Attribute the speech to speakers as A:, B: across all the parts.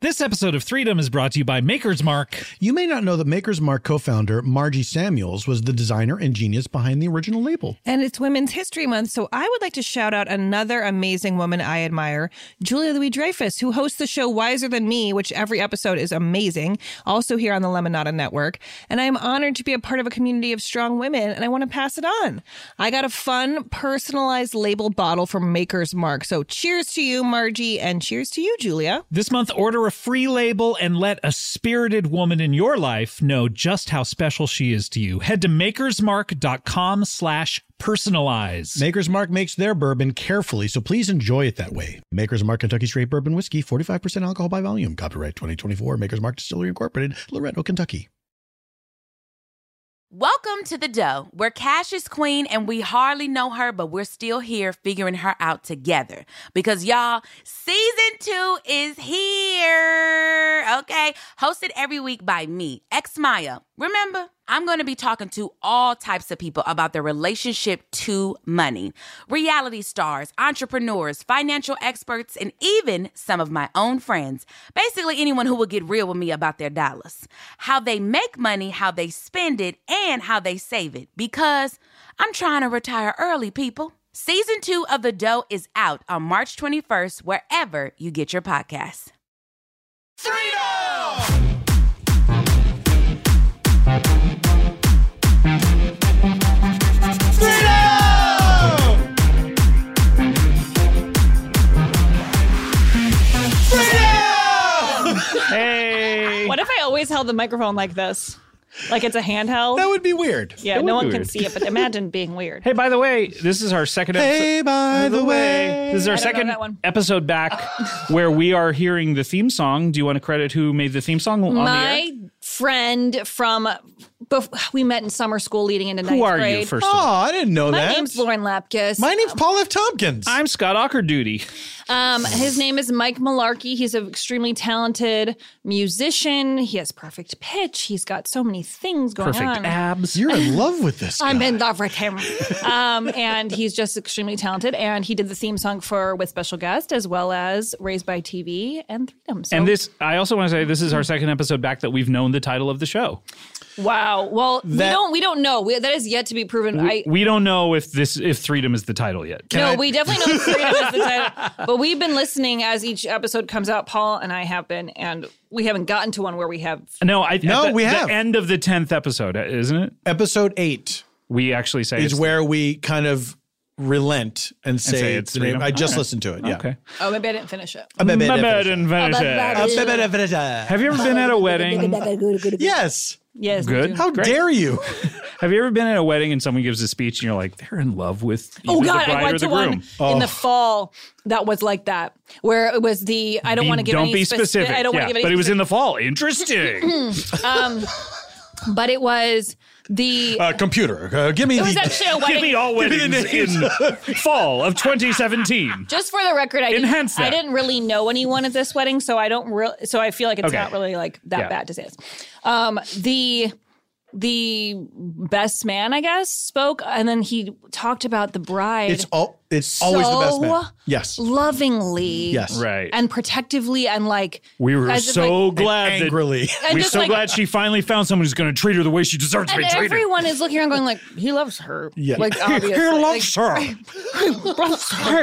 A: This episode of Freedom is brought to you by Maker's Mark.
B: You may not know that Maker's Mark co founder Margie Samuels was the designer and genius behind the original label.
C: And it's Women's History Month, so I would like to shout out another amazing woman I admire, Julia Louis Dreyfus, who hosts the show Wiser Than Me, which every episode is amazing, also here on the Lemonada Network. And I am honored to be a part of a community of strong women, and I want to pass it on. I got a fun, personalized label bottle from Maker's Mark. So cheers to you, Margie, and cheers to you, Julia.
A: This month, order a free label and let a spirited woman in your life know just how special she is to you. Head to makersmark.com slash personalize.
B: Maker's Mark makes their bourbon carefully, so please enjoy it that way. Maker's Mark Kentucky Straight Bourbon Whiskey, 45% alcohol by volume. Copyright 2024, Maker's Mark Distillery Incorporated, Loretto, Kentucky.
D: Welcome to the dough, where cash is queen and we hardly know her, but we're still here figuring her out together. Because y'all, season two is here. Okay. Hosted every week by me, Ex Maya. Remember, I'm going to be talking to all types of people about their relationship to money reality stars, entrepreneurs, financial experts, and even some of my own friends. Basically, anyone who will get real with me about their dollars, how they make money, how they spend it, and how they save it. Because I'm trying to retire early, people. Season two of The Dough is out on March 21st, wherever you get your podcasts.
A: Hey!
E: What if I always held the microphone like this? Like it's a handheld?
B: That would be weird.
E: yeah,
A: that
E: no
A: would
E: one
A: be
E: can
A: weird.
E: see it, but imagine being weird.
A: Hey, by the way, this is our second episode.
B: Hey, by the way.
A: This is our
E: I don't know
A: second
E: that one.
A: episode back where we are hearing the theme song. Do you want to credit who made the theme song on the air?
E: My friend from bef- we met in summer school leading into ninth
A: Who are
E: grade.
A: you, first of all?
B: Oh, I didn't know
E: My
B: that.
E: name's Lauren Lapkus.
B: My name's Paul F. Tompkins.
A: I'm Scott Ockerduty.
E: Um, his name is Mike Malarkey. He's an extremely talented musician. He has perfect pitch. He's got so many things going
A: Perfect
E: on.
A: abs.
B: You're in love with this guy.
E: I'm in love with him. Um, and he's just extremely talented. And he did the theme song for With Special Guest, as well as Raised by TV and Freedom. So,
A: And this, I also want to say, this is our second episode back that we've known the title of the show.
E: wow. Well,
B: That-
E: we don't we don't know. We, that is yet to be proven. I
A: We don't know if this, if Freedom is the title yet.
E: no,
B: I-
E: we definitely know Freedom is the title. But we've been listening as each episode comes out. Paul and I have been, and we haven't gotten to one where we have.
A: No, I,
B: No,
A: at the,
B: we
A: the
B: have.
A: end of the tenth episode, uh, isn't it?
B: Episode 8
A: We actually say
B: is
A: it's-
B: where we kind of relent and say,
A: say it's
B: the name.
A: freedom.
B: I just
A: Alright.
B: listened to it. Yeah.
A: Okay.
E: Oh, maybe I didn't finish it.
B: A bit- bit- bit-
A: Mabed and Vanessa.
B: a bit- bit- bit- bit-
A: Have you ever been at a wedding?
B: Yes.
E: Yes. we
A: Good.
E: do.
B: How
A: Great.
B: dare you?
A: Have you ever been at a wedding and someone gives a speech and you're like, they're in love with either
E: Oh
A: the
E: God,
A: bride
E: I
A: or
E: went
A: the
E: to
A: groom?
E: one in the fall that was like that, where it was the I don't
A: Be-
E: want to give.
A: don't
E: any
A: be
E: speci-
A: specific.
E: I don't
A: yeah,
E: want to give any.
A: but it was in the fall. Interesting.
E: in. But it was the.
B: Uh, computer, uh, give me
E: it was
B: the.
E: actually a
A: Give
E: wedding.
A: me all
B: Give me the
A: weddings in fall of 2017.
E: Just for the record, I
A: Enhance
E: didn't, I
A: that.
E: didn't really know anyone at this wedding, so I don't real. So I feel like it's
A: Okay.
E: not really like that
A: Yeah.
E: bad to say this. Um, the the best man, I guess, spoke, and then he talked about the bride.
B: It's all. It's always the best man.
E: So-
B: Yes.
E: lovingly,
B: Yes.
A: Right.
E: and protectively, and like
A: we were
E: as if,
A: so
E: like-
A: glad that
B: Angrily.
E: and
A: we're
E: just
A: so
E: like,
A: glad she finally found someone who's going to treat her the way she deserves to
E: And
A: be treated.
E: everyone is looking around going like, he loves her.
B: Yeah.
E: Like, obviously.
B: He
E: Like,
B: loves her.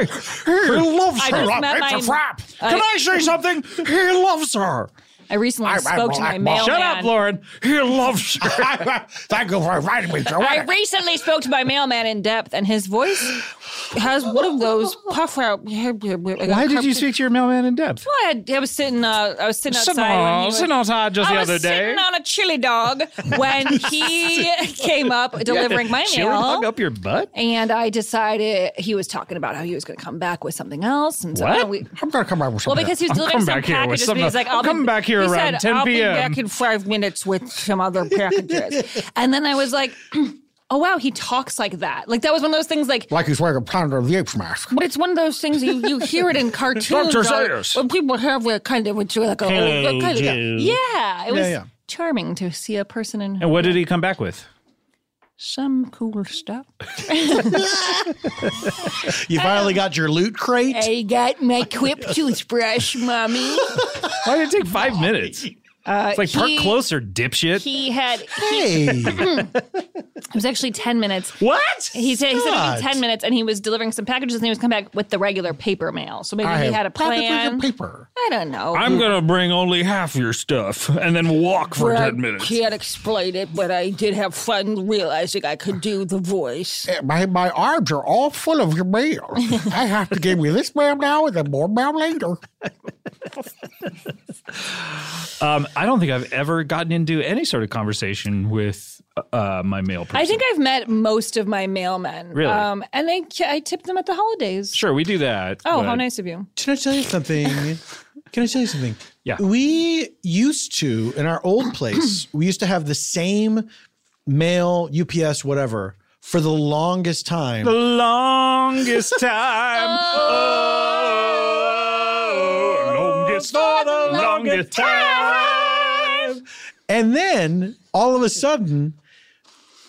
E: her.
B: He loves
E: I
B: her.
E: just met my-
B: it's a frap. Can I say something? He loves her.
E: I recently spoke to my mailman.
A: Shut up, Lauren. He loves her.
B: Thank you for inviting me,
E: I
B: Joanna.
E: recently spoke to my mailman in depth, and his voice has one of those puff out. Why
A: Why did you speak to your mailman in depth?
E: I, I was sitting. Uh, I was sitting outside.
A: Sitting
E: when
A: on-
E: he was-
A: sitting outside just
E: I
A: the
E: was
A: other day.
E: sitting on a chili dog when he came up delivering my
A: Chili
E: mail.
A: dog up your butt?
E: and I decided he was talking about how he was going to come back with something else, and so
A: What?
E: uh, we,
B: I'm gonna come out with
E: Well,
B: something.
E: because he was
A: I'll
E: delivering some
A: come back here with
E: packages, but
A: some-
E: he's like,
A: I'll
E: I'll
A: come
E: be,
A: back here
E: he
A: around
E: said,
A: 10
E: I'll
A: p.m..
E: be back in five minutes with some other packages. and then I was like, oh, wow, he talks like that. Like, that was one of those things like,
B: like he's wearing a pounder of the apes mask.
E: but it's one of those things you, you hear it in cartoons.
A: Dr.
E: or-
A: Zayas.
E: When people have that kind of, it's like a,
A: Hello,
E: kind of-
A: Joe.
E: yeah, it was
B: yeah.
E: charming to see a person in
A: And what did he come back with?
E: some cool stuff.
B: You finally got your loot crate.
E: I got my quip toothbrush, mommy.
A: Why did it take five minutes?
E: Uh,
A: It's like park
E: he-
A: closer, dipshit.
E: He had.
F: Hey,
E: It was actually ten minutes.
A: what?
E: He said, he said it'd
F: God.
E: be 10 minutes and he was delivering some packages and he was coming back with the regular paper mail. So maybe he had a plan.
F: paper.
E: I don't know.
A: I'm gonna bring only half your stuff and then walk for
G: I
A: ten minutes.
G: can't explain it, but I did have fun realizing I could do the voice.
F: Eh, My, my arms are all full of your mail. I have to give you this mail now and then more mail later.
A: Um, I don't think I've ever gotten into any sort of conversation with uh, my male person.
E: I think I've met most of my mailmen. um,
A: Really?
E: and I, I tip them at the holidays.
A: sure we do that.
E: Oh,
A: but-
E: how nice of you.
F: Can I tell you something? Can I tell you something?
A: Yeah.
F: We used to, in our old place, we used to have the same mail, UPS, whatever, for the longest time.
A: The longest time. oh, longest for the longest time.
F: And then all of a sudden,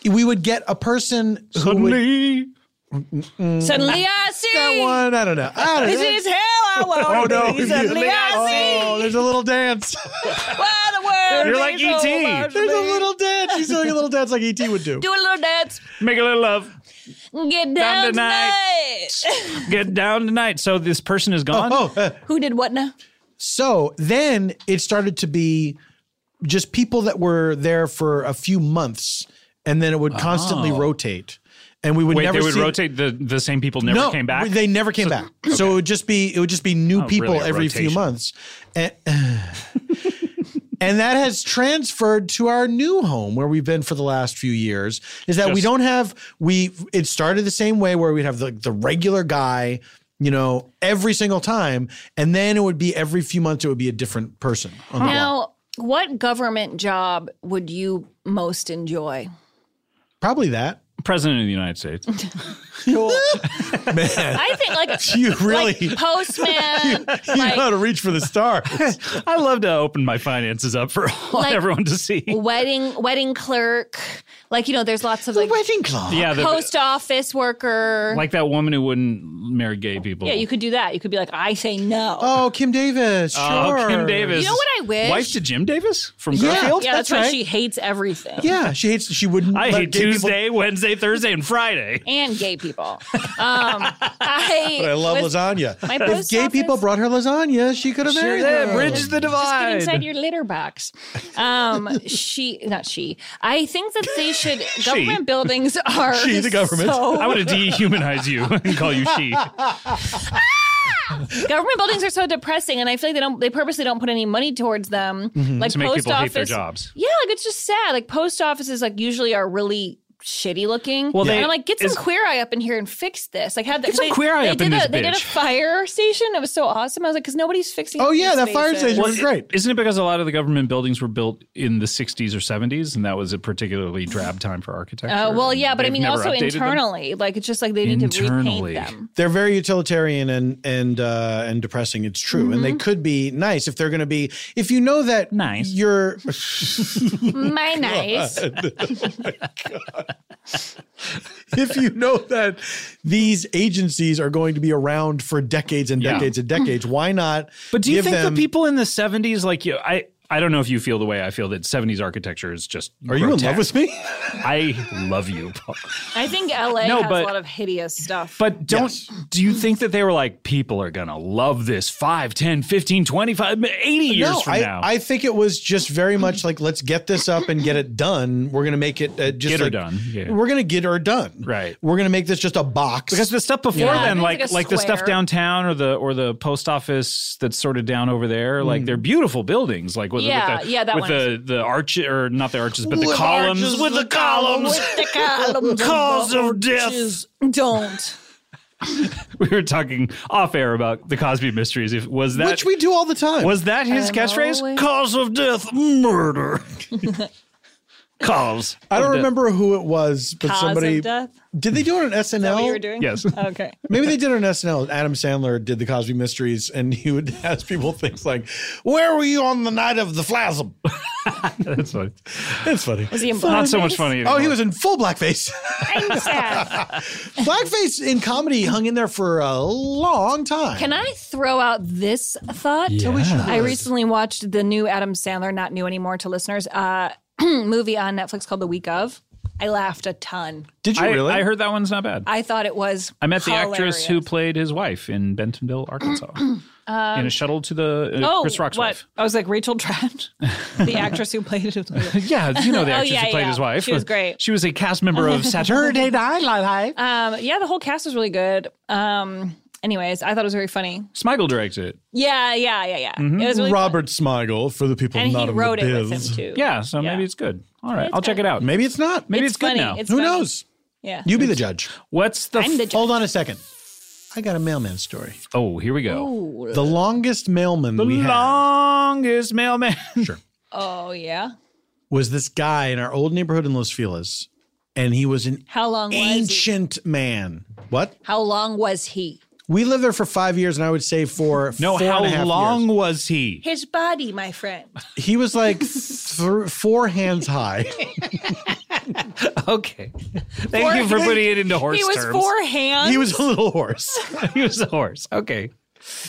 F: we would get a person who would
G: Suddenly I see
F: that one. I don't know. I don't
G: this
F: know.
G: is how I want to be. Suddenly
F: Oh,
G: I see
F: there's a little dance.
G: why the world
A: You're like E
G: is so
A: E.T..
G: much
F: There's a
G: better.
F: little dance. He's doing a little dance like ET would do.
G: Do a little dance.
A: Make a little love.
G: Get
A: Down
G: down
A: tonight.
G: tonight.
A: Get down tonight. So this person is gone.
F: Oh, uh,
E: Who did what now?
F: so then it started to be just people that were there for a few months, and then it would constantly rotate, and we would
A: Oh. Wait,
F: never
A: they would
F: see-
A: rotate the the same people never
F: no,
A: came back.
F: They never came back. So it would just be it would just be new
A: Oh,
F: people
A: really, a
F: every few
A: rotation.
F: months, and, and that has transferred to our new home where we've been for the last few years. Is that we
A: Just-
F: don't have we it started the same way where we'd have the the regular guy. You know, every single time, and then it would be every few months. It would be a different person. Um, On the block.
E: Now, what government job would you most enjoy?
F: Probably that.
A: President of the United States.
E: I think like
F: You really
E: like postman,
F: you know how
E: like
F: to reach for the stars.
A: I love to open my finances up for all,
E: Like-
A: everyone to see.
E: wedding wedding clerk. Like you know, there's lots of like
F: Wedding clock.
A: Yeah, the-
E: post office worker.
A: like that woman who wouldn't marry gay people.
E: yeah, you could do that. You could be like, I say no.
F: Oh, Kim Davis.
A: Oh,
F: Sure.
A: Kim Davis.
E: You know what I wish?
A: Wife to Jim Davis from
F: Yeah.
A: Garfield.
E: yeah, that's,
F: that's
E: why
F: right.
E: she hates everything.
F: Yeah, she hates. She wouldn't.
A: I
F: let
A: hate
F: gay people-
A: Tuesday, Wednesday, Thursday, and Friday.
E: And gay people. Um, I,
F: But I love
E: was
F: lasagna.
E: my
F: If
E: post
F: gay
E: office-
F: people brought her lasagna, she could have married them.
A: bridge the
E: Just get inside
A: divide.
E: your litter box. Um, she, not she. I think that they should. Government buildings are
F: She, the government.
E: so-
A: I want to dehumanize you and call you she.
E: government buildings are so depressing, and I feel like they don't. They purposely don't put any money towards them. Like
A: Mm-hmm. To make
E: post
A: people hate
E: office,
A: their jobs.
E: Yeah, like it's just sad. Like post offices, like usually are really shitty looking.
A: Well,
E: Well,
A: they-
E: and I'm like, get some
A: is-
E: queer eye up in here and fix this. Like, had the,
A: Get some
E: they-
A: Queer Eye
E: they
A: up
E: did
A: in
E: a,
A: this
E: They did a
A: bitch.
E: fire station. It was so awesome. I was like, because nobody's fixing.
F: Oh, yeah,
E: these
F: that fire
E: spaces.
F: station was great.
A: Isn't it because a lot of the government buildings were built in the 60s or 70s, and that was a particularly drab time for architecture?
E: Uh, well, yeah, but I
A: They've
E: mean,
A: never
E: also
A: updated them?
E: internally, like it's just like they need
A: Internally.
E: to repaint them.
F: They're very utilitarian and and uh, and depressing. It's true, and they could be nice if they're going to be. If you know that
A: Mm-hmm. Nice.
F: you're
E: My nice.
F: if you know that these agencies are going to be around for decades and
A: Yeah.
F: decades and decades, why not?
A: But do you
F: give
A: think
F: them-
A: the people in the 70s, like you, I, I don't know if you feel the way I feel that 70s architecture is just.
F: Are you in love with me?
A: I love you. Paul.
E: I think LA
A: No,
E: has
A: but-
E: a lot of hideous stuff.
A: But don't
F: Yes.
A: do you think that they were like people are going to love this 5, 10, 15, 25, 80 years
F: no,
A: from
F: I,
A: now?
F: I think it was just very much like let's get this up and get it done. We're gonna make it uh, just
A: Get her
F: like-
A: done, yeah.
F: We're gonna get her done.
A: Right.
F: We're gonna make this just a box.
A: Because the stuff before
E: Yeah,
A: then,
E: it's
A: like
E: like
A: like,
E: a
A: the stuff
E: square.
A: downtown or the or the post office that's sort of down over there,
F: Hmm.
A: like they're beautiful buildings, like with,
E: Yeah,
A: with the
E: yeah, that
A: with
E: one
A: the the arch or not the arches, but the
F: With
A: columns
F: arches,
A: with the columns.
G: The columns
A: Cause of
G: the
A: death.
G: arches Don't.
A: We were talking off air about the Cosby Mysteries. If was that
F: which we do all the time.
A: was that his
E: I'm
A: catchphrase?
E: always-
A: Cause of death, murder. Cause.
F: I
A: of
F: don't
A: death.
F: remember who it was, but
E: Cause
F: somebody
E: of death.
F: did they do it on SNL?
E: Is that what you were doing?
A: Yes.
E: Okay.
F: Maybe they did it on SNL. Adam Sandler did the Cosby Mysteries, and he would ask people things like, "Where were you on the night of the flasm?"
A: That's funny.
F: That's funny.
E: Was he in
A: Not so
E: blackface?
A: much funny.
F: Oh, he
A: anymore.
F: was in full blackface.
E: I'm sad.
F: blackface in comedy hung in there for a long time.
E: Can I throw out this thought? I recently watched the new Adam Sandler, not new anymore to listeners, uh, movie on Netflix called The Week of. I laughed a ton.
F: Did you
A: I,
F: really?
A: I heard that one's not bad. I,
E: I thought it was.
A: met the actress who
E: hilarious.
A: played his wife in Bentonville, Arkansas, in a shuttle to the uh,
E: Um, Oh,
A: Chris Rock's
E: what?
A: wife.
E: I was like Rachel Trent, the actress who played it.
A: Yeah, you know the
E: Oh,
A: actress
E: yeah,
A: who played
E: yeah.
A: his wife.
E: She was great.
A: She was a cast member of Saturday Night Live.
E: Um, yeah, the whole cast was really good. Um, anyways, I thought it was very funny.
A: Smigel directed it.
E: Yeah, yeah, yeah, yeah.
A: Mm-hmm.
E: It was really
F: Robert Smigel for the people
E: and
F: not
E: he
F: in
E: wrote
F: the
E: it with
F: biz.
E: him too.
A: Yeah, so maybe it's good. All right, I'll check it out.
F: Maybe it's not.
A: Maybe
E: It's
A: it's, good
E: funny.
A: now.
E: It's
F: Who
E: funny.
F: knows? Oh.
E: Yeah.
F: You be the judge.
A: What's the?
E: I'm the
A: f-
E: judge.
F: Hold on a second. I got a mailman story.
A: oh, here we go.
F: The longest mailman we had
A: longest mailman.
E: Oh yeah.
F: was this guy in our old neighborhood in Los Feliz, and he was an
E: How long was he?
F: ancient man. What?
E: How long was he?
F: We lived there for five years, and I would say for
A: No,
F: four and a
A: how
F: half
A: long
F: years.
A: was he?
E: His body, my friend.
F: He was like th- four hands high.
A: Okay. Thank you for putting it into horse
E: he was
A: terms.
E: four hands.
F: he was a little horse.
A: he was a horse. Okay.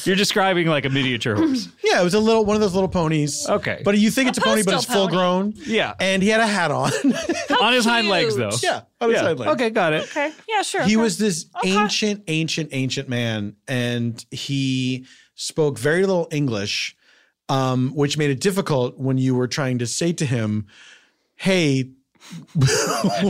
A: You're describing like a miniature horse.
F: Yeah, it was a little one of those little ponies.
A: Okay.
F: but you think it's a pony, but
E: postal
F: it's full
E: pony.
F: grown.
A: Yeah.
F: and he had a hat on.
A: on his hind
E: cute.
A: legs, though.
F: yeah, on his
A: Yeah.
F: side leg.
A: Okay, got it.
E: okay. Yeah, sure.
F: He
E: okay.
F: was this ancient, ancient, ancient man, and he spoke very little English, um, which made it difficult when you were trying to say to him, "Hey,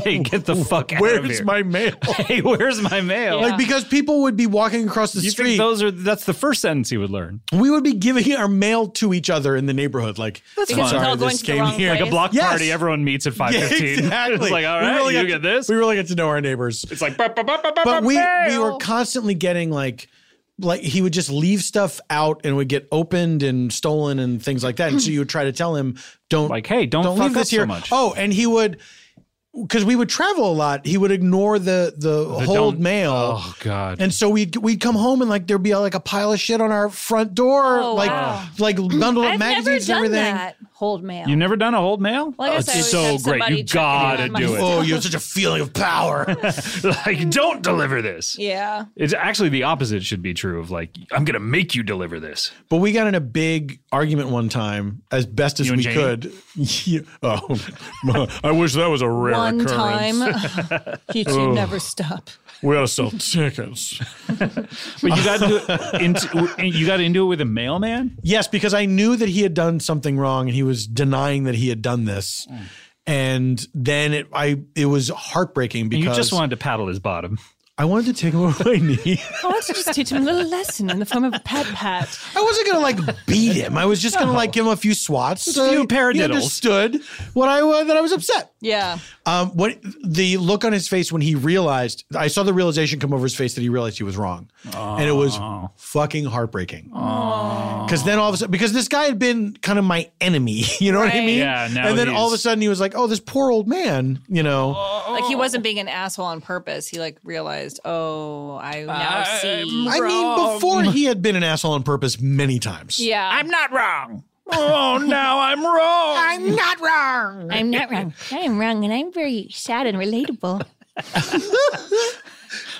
A: Hey, get the fuck out of
F: where's
A: here.
F: my mail?"
A: hey, where's my mail?
E: Yeah.
F: Like because people would be walking across the
A: you
F: street,
A: think those are that's the first sentence he would learn.
F: we would be giving our mail to each other in the neighborhood. Like,
E: Because it's all going to the wrong
F: here.
E: place.
A: Like a block
F: Yes.
A: party, everyone meets at five
F: Yeah,
A: fifteen.
F: exactly.
A: it's like, all
F: We
A: right,
F: really
A: you
F: got-
A: get this.
F: We really get to know our neighbors.
A: it's like, "Ba, ba, ba, ba, ba,
F: but
A: ba,
F: we we
A: mail."
F: were constantly getting like like he would just leave stuff out and would get opened and stolen and things like that. And so you would try to tell him, don't
A: Like, hey, don't
F: don't
A: fuck
F: leave
A: up
F: this
A: so
F: here.
A: much.
F: Oh, and he would because we would travel a lot. He would ignore the the, hold
A: don't-
F: mail.
A: Oh God.
F: And so we'd we'd come home and like there'd be like a pile of shit on our front door,
E: Oh,
F: like
E: wow.
F: like bundled up
E: I've never
F: magazines
E: done
F: and everything.
E: that. Hold mail.
A: you never done a hold mail?
E: Well, I guess I always
A: it's so
E: have
A: great.
E: somebody
A: You
E: checking in on
A: gotta
E: my
A: do
E: stuff.
A: it.
F: Oh, you have such a feeling of power.
A: like, don't deliver this.
E: yeah.
A: It's actually the opposite should be true of like, I'm gonna make you deliver this.
F: But we got in a big argument one time, as best as
A: You and
F: we
A: Jamie?
F: could. Yeah. Oh, I wish that was a rare
E: One time. you two never stop.
F: We ought to sell tickets.
A: But you got into, into you got into it with a mailman.
F: yes, because I knew that he had done something wrong, and he was denying that he had done this. And then it, I, it was heartbreaking
A: You
F: because
A: just wanted to paddle his bottom.
F: I wanted to take him over my knee.
E: I want to just teach him a little lesson in the form of a pat pat.
F: I wasn't gonna like beat him. I was just gonna like give him a few swats.
A: a few
F: he- He
A: paradiddles.
F: understood what I was that I was upset.
E: Yeah.
F: Um, what the look on his face when he realized, I saw the realization come over his face that he realized he was wrong, and it was
A: Oh.
F: fucking heartbreaking. Because then all of a sudden, because this guy had been kind of my enemy, you know what I
E: Right.
F: mean?
A: Yeah, now
F: and then all of a
A: he's-
F: sudden he was like, "Oh, this poor old man," you know.
E: Like he wasn't being an asshole on purpose. He like realized, oh, I now see.
F: I mean, before he had been an asshole on purpose many times.
E: yeah. I'm not
A: Oh, now I'm wrong.
F: I'm not wrong.
E: I'm not wrong. I am wrong and I'm very sad and relatable.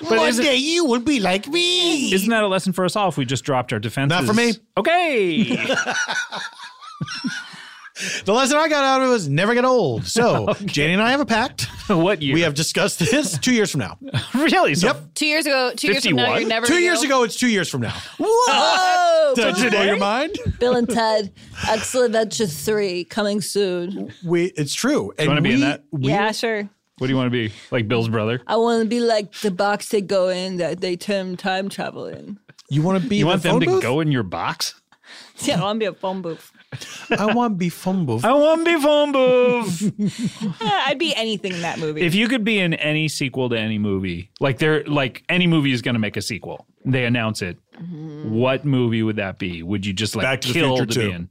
F: One day you will be like me.
A: Isn't that a lesson for us all if we just dropped our defenses?
F: Not for me.
A: Okay.
F: The lesson I got out of it was never get old. So Janie and I have a pact.
A: what year?
F: We have discussed this two years from now.
A: really. So,
F: Yep.
E: Two years ago, two years from now,
A: 51?
E: you're never Oh!
F: Two
E: gonna
F: years
E: know.
F: ago, it's two years from now.
G: Whoa!
F: Did you blow your mind?
G: Bill and Ted, Excellent Adventure 3 coming soon.
F: We, it's true. And
A: wanna be
F: we,
A: in that?
F: we-
E: Yeah, sure.
A: What do you want to be? Like Bill's brother?
G: I want to be like the box they go in that they turn time travel in.
F: You want to be?
A: You
F: in
A: want
F: the
A: them
F: phone
A: to
F: booth?
A: go in your box?
E: Yeah, I want to be a phone booth.
F: I want to be phone booth.
A: I want to be phone booth.
E: Yeah, I'd be anything in that movie.
A: if you could be in any sequel to any movie, like they're like any movie is going to make a sequel. They announce it. What movie would that be? Would you just like
F: Back to the
A: kill
F: Future
A: to be
F: two.
A: in?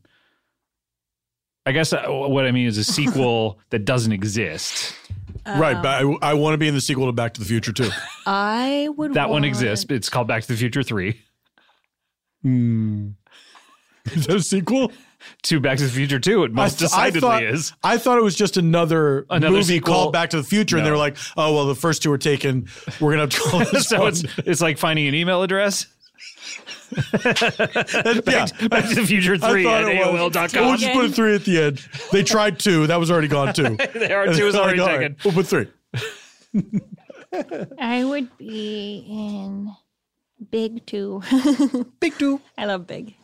A: I guess uh, what I mean is a sequel that doesn't exist.
F: right, but I, I want to be in the sequel to Back to the Future too.
E: I would
A: That one
E: want-
A: exists. It's called Back to the Future Three.
F: Is that a sequel?
A: to Back to the Future 2. It most
F: I-
A: decidedly
F: I thought,
A: is.
F: I thought it was just another,
A: Another
F: movie
A: sequel.
F: called Back to the Future, and they
A: No.
F: were like, "Oh well, the first two are taken. We're gonna have to call this
A: So
F: one."
A: it's it's like finding an email address.
F: yeah,
A: Back to the Future 3
F: thought
A: at
F: it was.
A: AOL.com.
F: Well, we'll just put a three at the end. They tried two. That was already gone too.
A: There are two is already
F: Like, all right,
A: taken.
F: We'll put three.
E: I would be in Big Two.
F: Big two.
E: I love Big,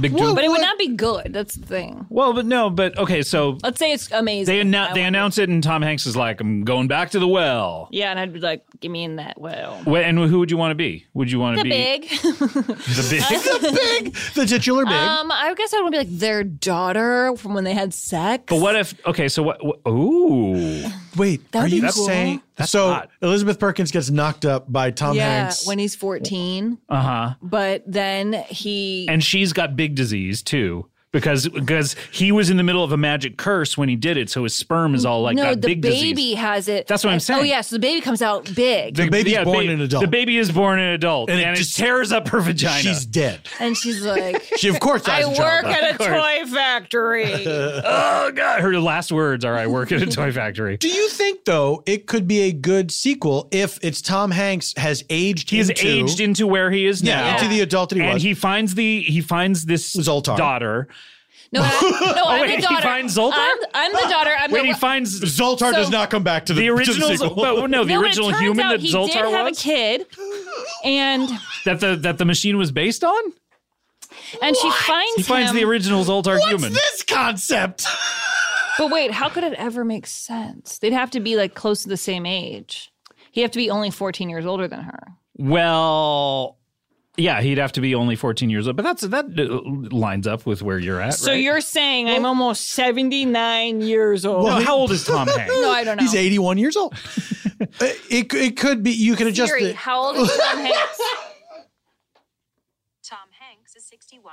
A: Big
E: but it would
F: what?
E: not be good. That's the thing.
A: Well, but no, but okay, so
E: Let's say it's amazing.
A: they
E: I
A: annou- they
E: want-
A: announce it and Tom Hanks is like, I'm going back to the well.
E: Yeah, and I'd be like, give me in that well.
A: Wh- And who would you want to be? Would you want to
E: The
A: be
E: big.
A: the big?
F: Big. The titular big.
E: um, I guess I would be like their daughter from when they had sex.
A: But what if? Okay, so what? what ooh,
F: Wait,
E: That
F: are
E: would be
F: you
E: cool.
F: saying
A: That's
F: so?
A: hot.
F: Elizabeth Perkins gets knocked up by Tom
E: yeah,
F: Hanks.
E: when he's fourteen.
A: uh huh.
E: But then he
A: And she's got big disease too. Because because he was in the middle of a magic curse when he did it, so his sperm is all like
E: no,
A: got
E: the
A: big
E: baby
A: disease.
E: has it.
A: That's what I'm
E: And- Oh
A: saying.
E: yeah, so the baby comes out big,
F: the baby's born
A: ba-
F: an adult.
A: The baby is born an adult,
F: And
A: and,
F: it
A: it,
F: just-
A: tears up her vagina.
F: she's dead.
E: and she's like,
F: She of course dies.
G: I
F: in
G: work
F: childbirth.
G: at a toy factory.
A: oh god! Her last words are, "I work at a toy factory."
F: Do you think though it could be a good sequel if it's Tom Hanks has aged?
A: He is
F: into,
A: aged into where he is
F: yeah,
A: now.
F: into the adult that he
A: and
F: was.
A: he finds the he finds this
F: Zoltar.
A: daughter.
E: no, I, no, I'm
A: Oh, wait, he
E: the daughter.
A: finds Zoltar?
E: I'm, I'm the daughter. I'm
A: Wait,
E: the,
A: he finds
F: Zoltar does
E: So-
F: not come back to the,
A: the original.
F: To the sequel.
A: but
E: No,
A: no, the
E: but it
A: original
E: turns
A: human
E: out
A: that
E: he
A: Zoltar
E: did have a
A: was
E: kid, and
A: that the that the machine was based on.
E: and she finds
A: He finds
E: him.
A: the original Zoltar human.
F: this concept.
E: But wait, how could it ever make sense? They'd have to be like close to the same age. He'd have to be only 14 years older than her.
A: Well, yeah, he'd have to be only 14 years old, but that's that uh, lines up with where you're at.
G: so
A: right?
G: you're saying I'm almost 79 years old.
A: No, how old is Tom Hanks?
E: No, I don't know.
F: He's 81 years old. Uh, it, it could be, you can adjust
E: Siri,
F: it.
E: how old is Tom Hanks?
B: Tom Hanks is 61.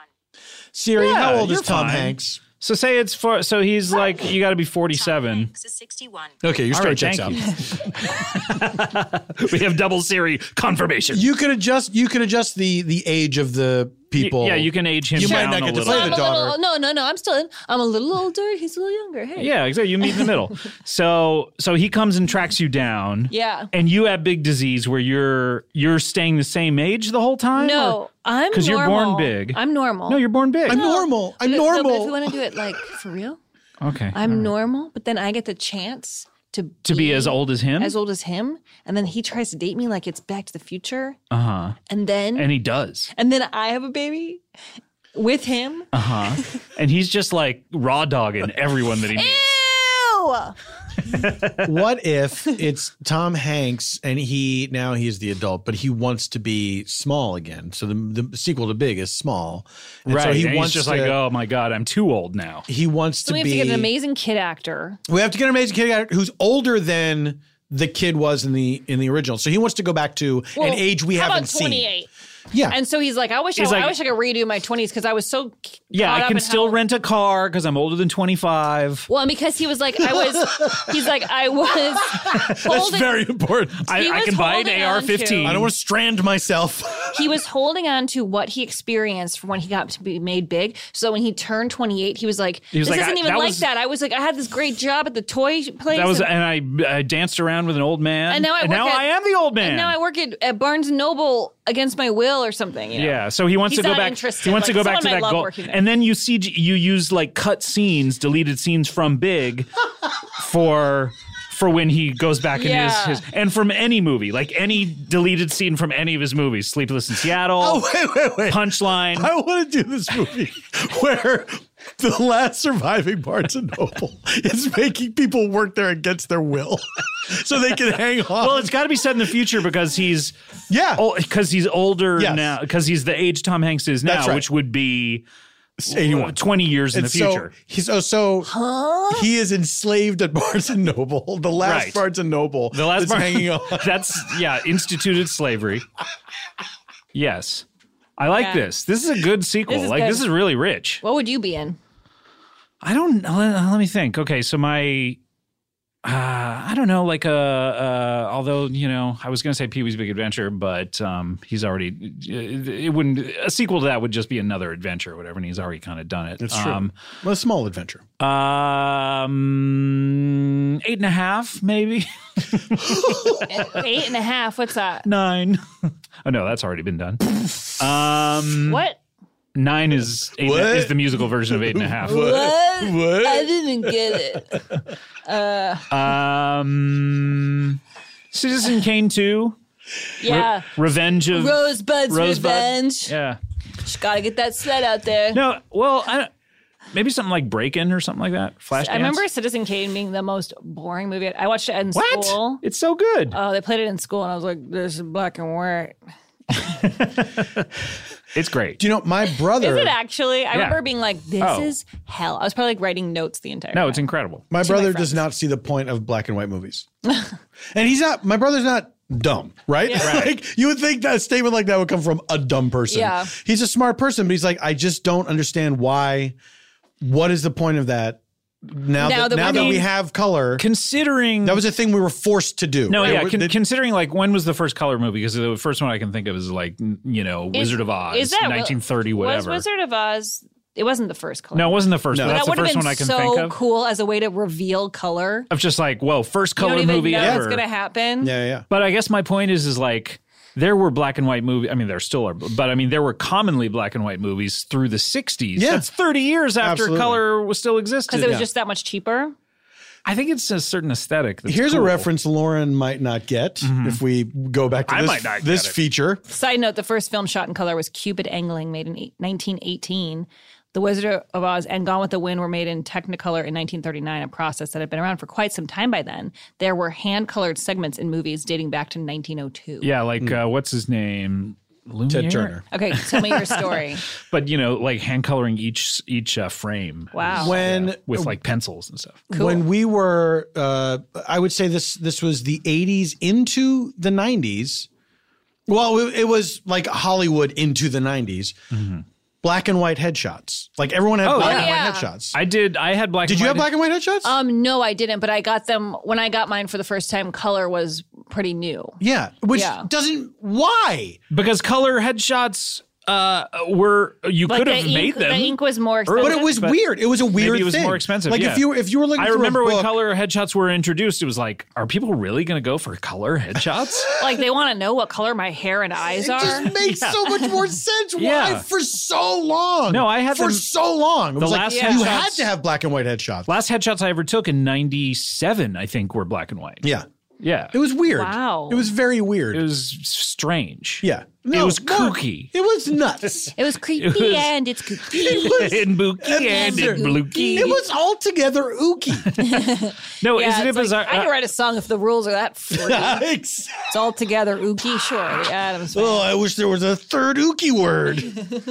F: Siri, how
A: Yeah,
F: old is
A: you're
F: Tom
A: fine.
F: Hanks?
A: So say it's for so he's like you got to be 47.
B: Hanks is 61.
F: Okay, your
A: All
F: story
A: right,
F: checks out.
A: thank We have double Siri confirmation.
F: You could adjust, you could adjust the, the age of the people.
A: Yeah, you can age him
F: You might
A: down
F: not
A: a
F: get to
A: little.
F: play
E: I'm
F: the
E: a
F: daughter.
E: little, no, no, no. I'm still in. I'm a little older. He's a little younger. Hey.
A: Yeah, exactly. You meet in the middle. So so he comes and tracks you down.
E: Yeah.
A: And you have big disease where you're you're staying the same age the whole time?
E: No,
A: or-
E: I'm
A: 'Cause you're born
E: normal.
A: big.
E: I'm normal.
A: No, you're born big.
F: I'm normal. I'm
E: But- no,
F: normal.
E: but if we want to do it like for real,
A: okay.
E: I'm normal, but then I get the chance to
A: to be as old as him?
E: as old as him, and then he tries to date me like it's Back to the Future,
A: uh-huh.
E: and then
A: And he does.
E: and then I have a baby with him.
A: Uh-huh. and he's just like raw dogging everyone that he meets.
E: Ew!
F: what if it's Tom Hanks and he now he's the adult, but he wants to be small again? So the the sequel to Big is small, And
A: Right.
F: So he
A: and
F: wants
A: he's just
F: to,
A: like, oh my God, I'm too old now.
F: he wants
E: So
F: to
E: we have
F: be.
E: to get an amazing kid actor.
F: we have to get an amazing kid actor who's older than the kid was in the in the original. So he wants to go back to an age we
G: how
F: haven't
G: about
F: seen.
G: 28?
F: Yeah,
E: And so he's like, I wish I,
A: He's like-
E: I wish I could redo my twenties because I was so c-
A: Yeah,
E: caught
A: I
E: up
A: can
E: in
A: still
E: how-
A: rent a car because I'm older than 25.
E: Well, and because he was like, I was. He's like, I was. holding,
F: important. I,
A: I,
E: He
A: I
E: was
A: can buy an
E: holding
A: AR
E: on to-
A: 15.
F: I don't want to strand myself.
E: He was holding on to what he experienced from when he got to be made big. So when he turned twenty eight, he was like,
A: was
E: This
A: like,
E: isn't
A: I-
E: even
A: that
E: like
A: was-
E: that. I was like, I had this great job at the toy place.
A: That was,
E: and,
A: and I, I danced around with an old man.
E: And now I work at-
A: I am the old man.
E: and now I work at, at Barnes and Noble against my will or something. you know?
A: Yeah, so he wants
E: He's
A: to go
E: not
A: back.
E: interested.
A: He wants to
E: Like,
A: go back to
E: someone
A: that
E: might love
A: goal,
E: working there.
A: and then you see you use like cut scenes, deleted scenes from Big, for for when he goes back and
G: Yeah.
A: is his and from any movie, like any deleted scene from any of his movies, Sleepless in Seattle,
F: Oh wait, wait, wait!
A: Punchline.
E: Oh.
F: I want to do this movie where the last surviving Barnes and Noble is making people work there against their will, so they can hang on.
A: well, it's got Oh, to be set in the future because he's
F: yeah,
A: because he's older
F: Yes.
A: now because he's the age Tom Hanks is now,
F: That's right.
A: which would be
F: it's eighty-one.
A: twenty years in
F: And
A: the future.
F: So he's oh, so he is enslaved at Barnes and Noble, the last
A: Right.
F: Barnes and Noble.
A: The last
F: that's
A: part-
F: hanging on.
A: That's yeah, instituted slavery. Yes. I like this. This is a good sequel.
G: is
A: like
G: good.
A: this is really rich.
E: What would you be in?
A: I don't let, let me think. Okay, so my uh, I don't know, like uh, uh, although you know, I was gonna say Pee Wee's Big Adventure, but um, he's already uh, it wouldn't a sequel to that would just be another adventure or whatever, and he's already kind of done it.
F: It's true.
A: Um,
F: a small adventure.
A: um, eight and a half, maybe
E: Eight and a half. What's that?
A: nine. oh no, that's already been done. Mm.
E: What?
A: Nine is eight
F: What?
A: is the musical version of eight and a half.
G: What?
F: What?
G: I didn't get it.
A: Um, Citizen Kane two,
G: Yeah.
A: Revenge of
G: Rosebud's
A: Rosebud.
G: revenge.
A: Yeah.
G: Just gotta get that sled out there.
A: No, well, I don't, maybe something like Break In or something like that. Flashdance.
E: I remember Citizen Kane being the most boring movie. I watched it in
A: what?
E: school.
A: It's so good.
E: Oh, they played it in school, and I was like, "This is black and white."
A: it's great.
F: Do you know my brother?
E: Is it actually? I remember being like, "This
A: Er. Oh.
E: is hell." I was probably like writing notes the entire.
A: No,
E: time.
A: it's incredible.
F: my brother does not see the point of black and white movies, and he's not. My brother's not dumb, right? like you would think that a statement like that would come from a dumb person.
G: Yeah.
F: he's a smart person, but he's like, I just don't understand why. What is the point of that? Now,
G: Now that
F: that, now
G: we-
F: that we have color,
A: Considering
F: that was a thing we were forced to do.
A: no,
F: right?
A: yeah.
F: We-
A: con-
F: they-
A: considering like when was the first color movie? Because the first one I can think of is like n- you know Wizard of Oz,
E: is that-
A: 1930,
E: was
A: whatever.
E: Wizard of Oz? It wasn't the first color.
A: no, it wasn't the first.
F: No.
A: one. That's
E: that
A: the
E: would have
A: first
E: been
A: one I can
E: so
A: think of.
E: cool as a way to reveal color.
A: Of just like, whoa, first
E: You
A: color
E: don't even
A: movie
E: know
A: ever.
E: what's gonna happen.
F: yeah, yeah.
A: But I guess my point is, is like there were black and white movies. I mean, there still are, but I mean, there were commonly black and white movies through the '60s.
F: Yeah.
A: that's 30 years after
F: Absolutely.
A: color was still
E: because
A: existed.
E: it was just that much cheaper.
A: I think it's a certain aesthetic. That's
F: Here's a
A: cool. Mm-hmm.
F: reference Lauren might not get if we go back to
A: I
F: this,
A: might not get
F: this
A: it.
F: feature.
E: Side note: the first film shot in color was Cupid Angling, made in eight- 1918. The Wizard of Oz and Gone with the Wind were made in Technicolor in 1939, a process that had been around for quite some time by then. There were hand-colored segments in movies dating back to 1902.
A: Yeah, like uh, what's his name? Lumiere?
F: Hmm. Ted Turner.
E: Okay, tell me your story.
A: But you know, like hand coloring each each uh, frame.
E: Wow.
F: When
A: With like pencils and stuff.
F: when we were uh, i would say this this was the 80s into the 90s well it, it was like hollywood into the 90s
A: Mm-hmm.
F: black and white headshots like everyone had black and
E: yeah.
F: white headshots
A: I did. I had black.
F: did
A: and
F: you
A: white
F: have black and white headshots
E: Um, no, I didn't, but I got them when I got mine for the first time. Color was pretty new.
F: yeah which
E: yeah.
F: doesn't why
A: because color headshots uh, were you
E: But
A: could
E: the
A: have
E: ink,
A: made them.
E: The ink was more
A: Early.
E: expensive.
F: but it was
A: But
F: weird it was a weird
A: Maybe it was
F: thing
A: more expensive.
F: like
A: yeah.
F: if you were if you were looking
A: I
F: through a
A: remember when
F: book-
A: color headshots were introduced. It was like, are people really going to go for color headshots?
E: like they want to know what color my hair and eyes
F: it
E: are.
F: just makes so much more sense. Why
A: Yeah.
F: for so long?
A: No, I had
F: for
A: them-
F: so long. It was like,
A: last
F: you
A: headshots-
F: had to have black and white headshots.
A: Last headshots I ever took in '97, I think, were black and white.
F: yeah,
A: Yeah,
F: It was weird.
E: Wow.
F: It was very weird.
A: it was strange.
F: yeah.
A: it was
F: no,
A: kooky.
F: It was nuts.
E: It was creepy
A: was-
E: and it's creepy.
F: it was
A: in Buki and in
F: absurd.
A: Bluki.
F: It was altogether ooky.
A: no,
E: Yeah,
A: isn't it
E: it's like,
A: bizarre? Uh,
E: I can write a song if the rules are that flirty.
F: Yikes.
E: it's all together ooky, sure. The Adams
F: oh, I wish there was a third ooky word.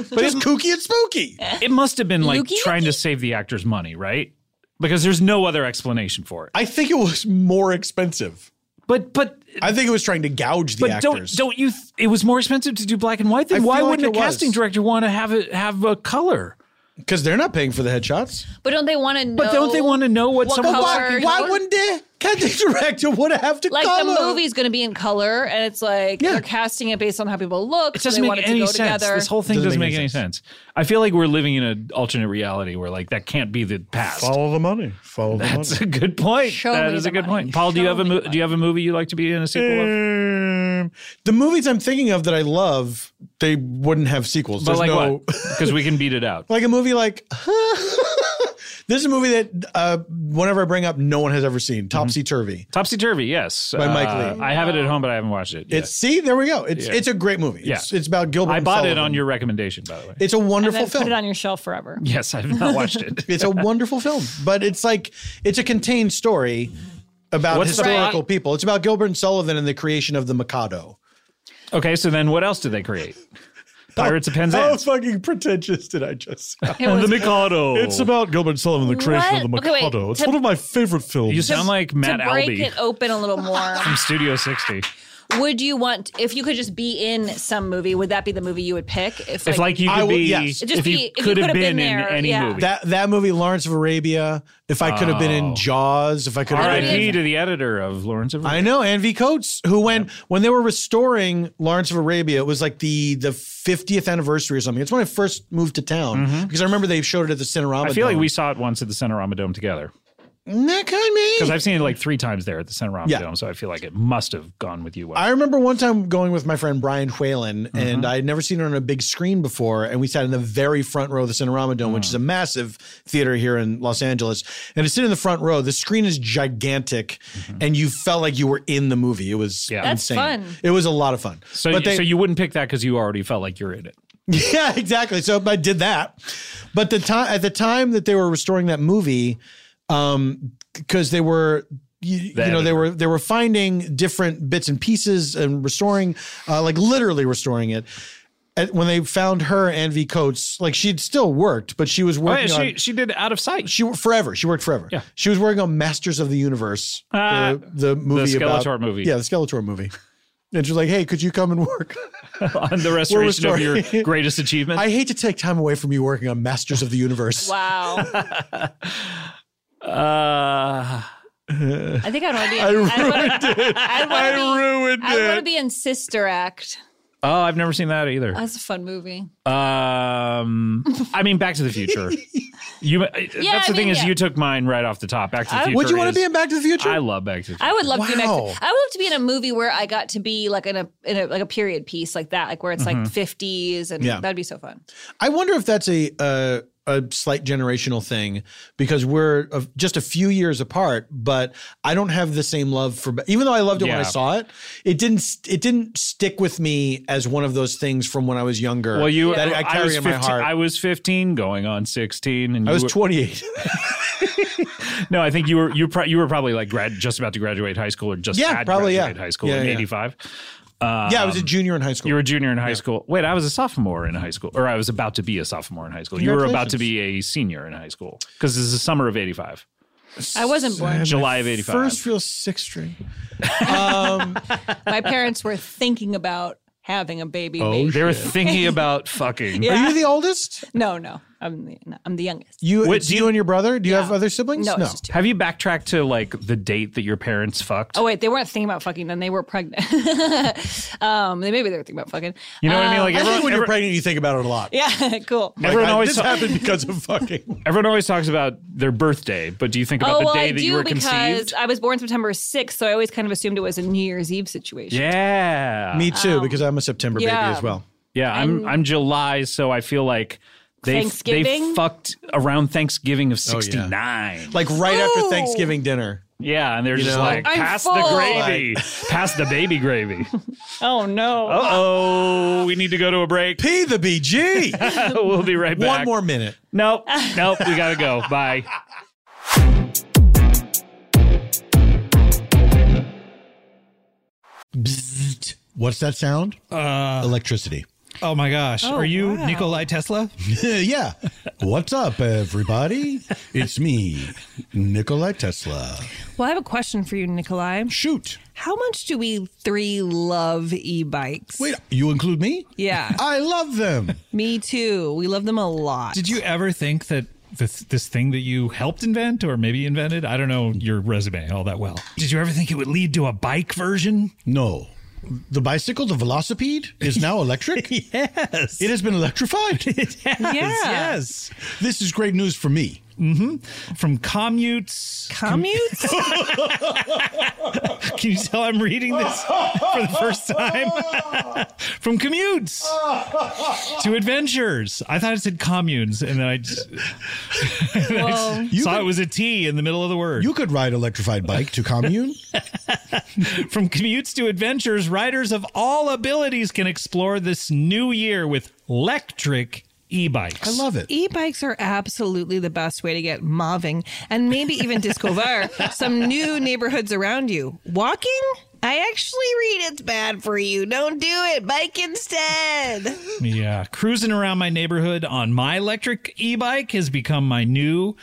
F: but it's kooky and spooky.
A: uh, it must have been like
E: Looky
A: trying to save the actors money, right? Because there's no other explanation for it.
F: I think it was more expensive.
A: But but
F: I think it was trying to gouge the
A: but don't
F: actors.
A: don't you? Th- it was more expensive to do black and white. Then
F: I
A: why
F: feel like
A: wouldn't
F: it
A: a casting
F: was.
A: director want to have it have a color?
F: because they're not paying for the headshots.
E: But don't they want to know?
A: But don't they want to know what,
E: What
A: someone?
E: color-
F: Why, why
E: color?
F: wouldn't they? Can't the director would have to
E: Like
F: color?
E: the movie's going to be in color, and it's like
F: Yeah.
E: they're casting it based on how people look.
A: It
E: so
A: doesn't
E: they
A: make
E: want it
A: any
E: to go
A: sense.
E: Together.
A: This whole thing doesn't, make, any sense. I feel like we're living in an alternate reality where like that can't be the past.
F: the money. Follow the
A: That's a good point.
E: Show
A: that
E: me
A: is
E: the
A: a good
E: money.
A: point. Paul, do you
E: Show
A: have a
E: me
A: mo-
E: the
A: do you have a movie you'd like to be in a sequel of?
F: Um, the movies I'm thinking of that I love, they wouldn't have sequels.
A: But
F: There's
A: like
F: no,
A: what? Because we can beat it out.
F: like a movie like this is a movie that uh, whenever I bring up, no one has ever seen
A: Mm-hmm.
F: Topsy Turvy.
A: Topsy Turvy, yes.
F: By Mike
A: Uh,
F: Lee.
A: I have it at home, but I haven't watched it. yet.
F: It's see, there we go. It's it's a great movie. It's, it's about Gilbert.
A: I
F: and
A: bought it
F: Sullivan.
A: on your recommendation, by the way.
F: It's a
E: And
F: wonderful
E: then
F: film.
E: put it on your shelf forever.
A: yes, I've not watched it.
F: it's a wonderful film, but it's like it's a contained story about
A: What's the
F: historical
A: plot?
F: people. It's about Gilbert and Sullivan and the creation of the Mikado.
A: Okay, so then what else did they create? Pirates of Penzance.
F: fucking pretentious did I just? sound?
E: It was-
A: Mikado.
F: about Gilbert and Sullivan, the creation
E: What? Okay, wait, to-
F: my favorite films.
A: You sound like Matt
E: to break
A: Albee
E: it open a little more.
A: from Studio 60.
E: Would you want if you could just be in some movie? Would that be the movie you would pick? If
A: if like you could
F: I would-
A: be,
F: yes.
E: Just
A: if you
E: be- if you
A: could have
E: could've
A: been,
E: been
A: in
E: there,
A: any
E: yeah.
A: movie.
F: That that movie, Lawrence of Arabia. If I could have been in Jaws, if I could have been in
A: R.I.P. to the editor of Lawrence of
F: I know, and V. Coates, who when when they were restoring Lawrence of Arabia, it was like the the 50th anniversary or something. It's when I first moved to town because I remember they showed it at the Cinerama.
A: I feel like we saw it once at the Cinerama Dome together
F: that kind
A: because
F: of
A: I've seen it like three times there at the Cinerama
F: Yeah.
A: Dome. So I feel like it must have gone with you. Well. Mm-hmm.
F: I remember one time going with my friend Brian Whalen, and I had never seen it on a big screen before. And we sat in the very front row of the Cinerama Dome,
A: Mm.
F: which is a massive theater here in Los Angeles. And to sit in the front row, the screen is gigantic, and you felt like you were in the movie. It was
A: Mm-hmm. Yeah.
E: That's
F: insane.
E: fun.
F: It was a lot of fun.
A: so,
F: But they-
A: so you wouldn't pick that because you already felt like you're in it.
F: Yeah, exactly. So I did that. But the time at the time that they were restoring that movie, um, because they were you, you know they
A: editor.
F: were they were finding different bits and pieces and restoring, uh, like literally restoring it. At- when they found her and V Coates, like she'd still worked, but she was
A: Oh, yeah,
F: working
A: she
F: on
A: she did Out of Sight.
F: she wor- forever. She worked forever.
A: Yeah.
F: She was working on Masters of the Universe,
A: Ah,
F: the, the movie, about-
A: Skeletor movie.
F: Yeah, the Skeletor movie. And she's like, "Hey, could you come and work?"
A: on the restoration of
F: restoring-
A: your greatest achievement.
F: I hate to take time away from you working on Masters of the Universe.
E: wow,
A: uh,
E: I think I'd want to be. I'd wanna-
F: I ruined it.
E: I'd wanna
F: I
E: be-
F: ruined
E: I want to
F: it.
E: be in Sister Act.
A: Uh, oh, I've never seen that either.
E: That's a fun movie.
A: Um, I mean, Back to the Future. you. uh, that's the
E: I
A: thing
E: mean,
A: is,
E: yeah.
A: you took mine right off the top. Back to the Future.
F: Would you want to
A: is-
F: be in Back to the Future?
A: I love Back to the Future.
E: I would love to be. in a- I
F: Wow.
E: would love to be in a movie where I got to be like in a in a like a period piece like that, like where it's
A: Mm-hmm.
E: like fifties, and
F: Yeah.
E: that'd be so fun.
F: I wonder if that's a uh, a slight generational thing because we're uh, just a few years apart. But I don't have the same love for. Even though I loved it when I
A: Yeah.
F: saw it, it didn't st- it didn't stick with me as one of those things from when I was younger.
A: Well, you.
F: that I carry
A: was
F: in
A: 15,
F: my heart.
A: I was 15, going on 16, and
F: I was
A: you were-
F: 28.
A: no, I think you were you pro- you were probably like grad, just about to graduate high school, or just
F: Yeah,
A: had
F: probably, yeah.
A: graduated high school
F: Yeah,
A: in
F: yeah.
A: '85.
F: yeah, I was a junior in high school.
A: Um, You were a junior in high school. Wait, I was a sophomore in high school, or I was about to be a sophomore in high school. You were about to be a senior in high school because this is the summer of '85,
E: I wasn't born.
A: July of '85.
F: First real six string.
E: My parents were thinking about having a baby.
A: oh,
E: maybe.
A: they were thinking about fucking.
F: Are you the oldest?
E: No, no, I'm the, no, I'm the youngest.
F: You,
A: Wait,
F: it's
A: do
F: you,
A: you-
F: and your brother? Do you have other siblings?
E: No, it's just two.
A: Have you backtracked to like the date that your parents fucked?
E: Oh wait, they weren't thinking about fucking. Then they were pregnant. um, they maybe they were thinking about fucking. Um,
A: you know what I mean? Like
F: I
A: everyone,
F: think when you're
A: every-
F: pregnant, you think about it a lot.
E: Yeah, cool.
A: everyone
F: I-
A: always
F: this happened because of fucking.
A: everyone always talks about their birthday, but do you think about
E: oh
A: the
E: well,
A: day
E: I
A: that you
E: do
A: were
E: because
A: conceived?
E: I was born September 6th, so I always kind of assumed it was a New Year's Eve situation.
A: Yeah,
F: Me too, because I'm a September
E: yeah.
F: baby as well.
A: Um, yeah. I'm I'm July, so I feel like they they
E: Thanksgiving? Oh,
A: fucked around Thanksgiving of
F: yeah.
A: '69.
F: Like right
A: Oh.
F: after Thanksgiving dinner.
A: Yeah, and they're just
F: know?
A: like,
E: I'm
A: pass the
E: full."
A: gravy, pass the baby gravy.
E: Oh no.
A: Uh oh, we need to go to a break.
F: P the BG.
A: we'll be right back.
F: One more minute.
A: Nope, nope, we gotta go. Bye.
F: Bzzzt. What's that sound? Uh, Electricity.
C: Oh my gosh. Are you Nikolai Tesla?
F: yeah. What's up, everybody?
B: It's me, Nikolai Tesla.
H: Well, I have a question for you, Nikolai.
B: Shoot.
H: How much do we three love e-bikes?
B: Wait, you include me?
H: Yeah.
B: I love them.
H: Me too. We love them a lot.
C: Did you ever think that this this thing that you helped invent or maybe invented, I don't know your resume all that well. Did you ever think it would lead to a bike version?
B: No. The bicycle, the velocipede, is now electric.
C: Yes.
B: It has been electrified.
H: Yeah.
C: Yes.
B: this is great news for me.
C: From commutes.
H: Commutes?
C: Can you tell I'm reading this for the first time? From commutes to adventures. I thought it said communes, and then I just
E: Whoa.
B: You
C: saw
B: could,
C: it was a T in the middle of the word.
B: you could ride electrified bike to commune.
C: From commutes to adventures, riders of all abilities can explore this new year with electric e-bikes.
B: I love it.
H: E-bikes are absolutely the best way to get moving and maybe even discover some new neighborhoods around you. Walking? I actually read it's bad for you. Don't do it. Bike instead.
C: Yeah, cruising around my neighborhood on my electric e-bike has become my new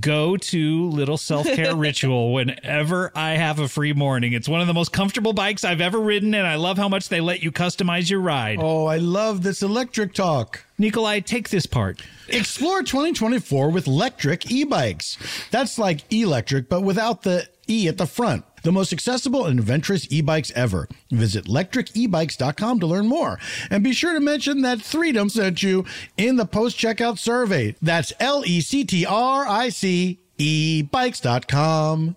C: go to Little Self Care Ritual whenever I have a free morning. It's one of the most comfortable bikes I've ever ridden, and I love how much they let you customize your ride.
B: Oh, I love this electric talk.
C: Nikolai, take this part.
B: Explore 2024 with electric e-bikes. That's like electric, but without the E at the front. The most accessible and adventurous e-bikes ever. Visit electricebikes.com to learn more. And be sure to mention that Freedom sent you in the post-checkout survey. That's E L-E-C-T-R-I-C ebikes.com.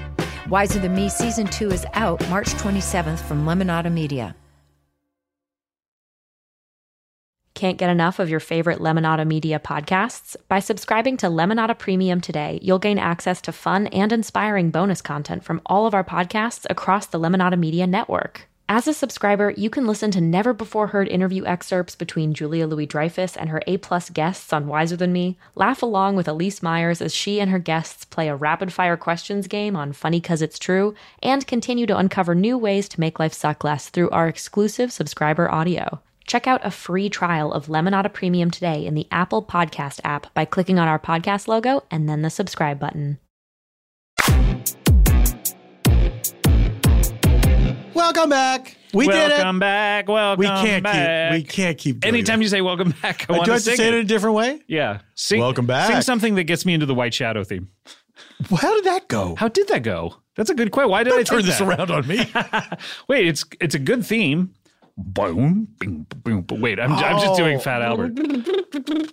I: Wiser Than Me Season 2 is out March 27th from Lemonada Media.
J: Can't get enough of your favorite Lemonada Media podcasts? By subscribing to Lemonada Premium today, you'll gain access to fun and inspiring bonus content from all of our podcasts across the Lemonada Media network. As a subscriber, you can listen to never before heard interview excerpts between Julia Louis Dreyfus and her A plus guests on Wiser Than Me, laugh along with Elise Myers as she and her guests play a rapid fire questions game on Funny Cause It's True, and continue to uncover new ways to make life suck less through our exclusive subscriber audio. Check out a free trial of Lemonada Premium today in the Apple Podcast app by clicking on our podcast logo and then the subscribe button.
F: Welcome back. We
A: welcome
F: did it.
A: back. Welcome
F: We can't
A: back.
F: keep. We can't keep. Doing
A: Anytime
F: it.
A: you say welcome back, I
F: I
A: want to
F: do I have to
A: sing
F: say it in
A: it.
F: a different way.
A: Yeah. Sing,
F: Welcome back.
A: Sing something that gets me into the White Shadow theme.
F: Well, how did that go?
A: How did that go? That's a good question. Why did I think
F: Don't turn this
A: that?
F: around on me.
A: Wait, it's it's a good theme. Boom, bing, boom. But wait, I'm, I'm just doing
F: Oh.
A: Fat Albert.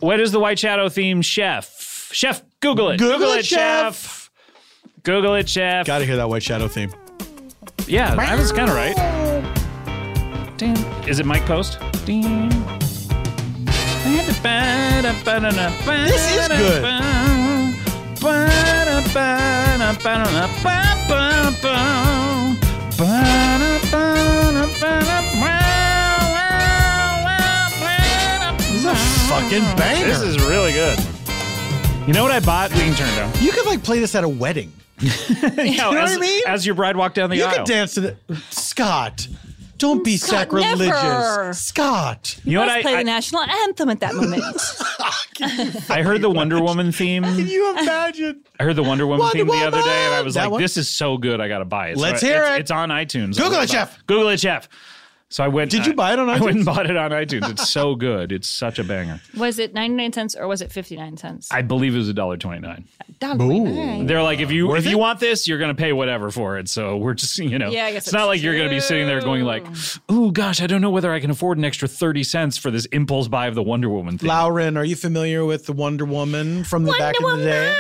A: what is the White Shadow theme, Chef? Chef, Google it.
F: Google it, Chef.
A: Google it, Chef.
F: Got to hear that White Shadow theme.
A: Yeah, I was kind of right. Damn. Is it Mike Post? Damn. This
F: is good.
A: This
F: This is a fucking banger.
A: This is really good. You know what I bought? We can turn it down.
F: you could like play this at a wedding.
A: you know
F: what
A: as,
F: I mean?
A: As your bride walked down the
F: You
A: aisle.
F: could dance to the Scott. Don't be
E: Scott,
F: sacrilegious,
E: never.
F: Scott.
A: you know what
E: Let's play
A: I,
E: the
A: I,
E: national anthem at that moment.
A: I heard the Wonder Woman theme.
F: Can you imagine?
A: I heard the Wonder Woman
F: Wonder
A: theme the other day, and I
F: Woman!
A: was
F: That
A: like,
F: one?
A: "This is so good, I gotta buy it." So
F: Let's
A: I-
F: hear
A: it's-
F: it.
A: It's on iTunes.
F: Google
A: I
F: it,
A: bought-
F: Jeff.
A: Google it, chef. So I went.
F: Did you
A: I-
F: buy it on
A: I went and
F: iTunes?
A: bought it on iTunes. It's so good. It's such a banger.
E: was it 99 cents or was it 59 cents?
A: I believe it was a dollar twenty nine.
E: Dog Ooh.
A: They're like, if you if
F: it?
A: you want this, you're gonna pay whatever for it. So we're just you know,
E: Yeah, I guess
A: it's not
E: that's
A: like you're gonna be sitting there going like, "Oh gosh, I don't know whether I can afford an extra thirty cents for this impulse buy of the Wonder Woman theme."
F: Lauren, are you familiar with the Wonder Woman from the back in the day?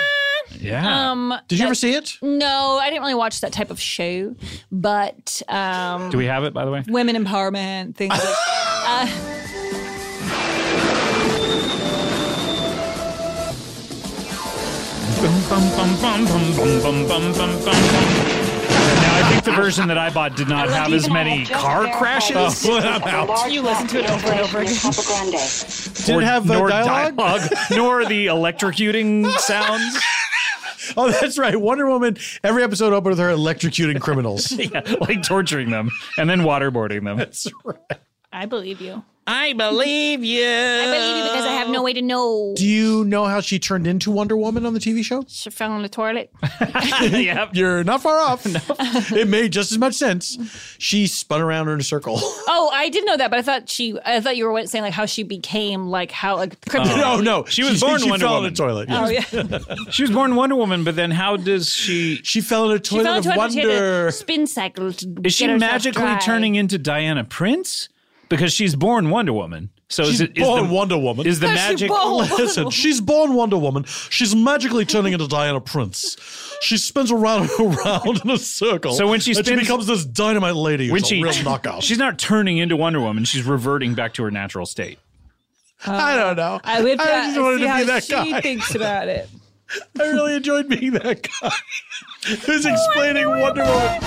A: Yeah.
E: Um,
F: Did you ever see it?
A: Mm.
E: no, I didn't really watch that type of show, but um,
A: Do we have it by the way?
E: women empowerment, things like
A: Bum, bum, bum, bum, bum, bum, bum, bum, bum, bum, bum. Now, I think the version that I bought did not have as many car crashes.
E: you listen to it over and over again.
F: Did it have uh,
A: nor
F: dialogue?
A: nor the electrocuting sounds.
F: Oh, that's right. Wonder Woman. Every episode opened with her electrocuting criminals.
A: Yeah, like torturing them and then waterboarding them.
E: I believe you.
A: I believe you.
E: I believe you because I have no way to know.
F: Do you know how she turned into Wonder Woman on the TV show?
E: She fell in the toilet.
A: yep.
F: You're not far off. It made just as much sense. She spun around in a circle.
E: Oh, I did know that, but I thought she. I thought you were saying like how she became like how like.
F: no, no.
A: She was born
F: she
A: Wonder
F: fell
A: Woman.
F: in a toilet.
E: Oh yeah, she
A: She was born Wonder Woman, but then how does she?
F: She fell in a toilet
E: fell
F: of
E: into it. She had
F: wonder.
E: a spin cycle. to
A: Is she
E: get herself
A: magically
E: dry.
A: turning into Diana Prince? Because she's born Wonder Woman. So
F: She's
A: is it is
F: born
A: the,
F: Wonder Woman.
A: Is the
E: Because she
A: magic?
E: born-
F: Listen, she's born Wonder Woman. She's magically turning into Diana Prince. She spins around and around in a circle.
A: So when she
F: and
A: spins-
F: she becomes this dynamite lady. Who's
A: when
F: a
A: she
F: real knockout.
A: She's not turning into Wonder Woman. She's reverting back to her natural state.
F: I don't know.
G: I would
F: I just wanted
G: see
F: to
G: how
F: be that
G: she
F: guy.
G: thinks about it.
F: I really enjoyed being that guy who's
G: Oh
F: explaining Wonder Woman.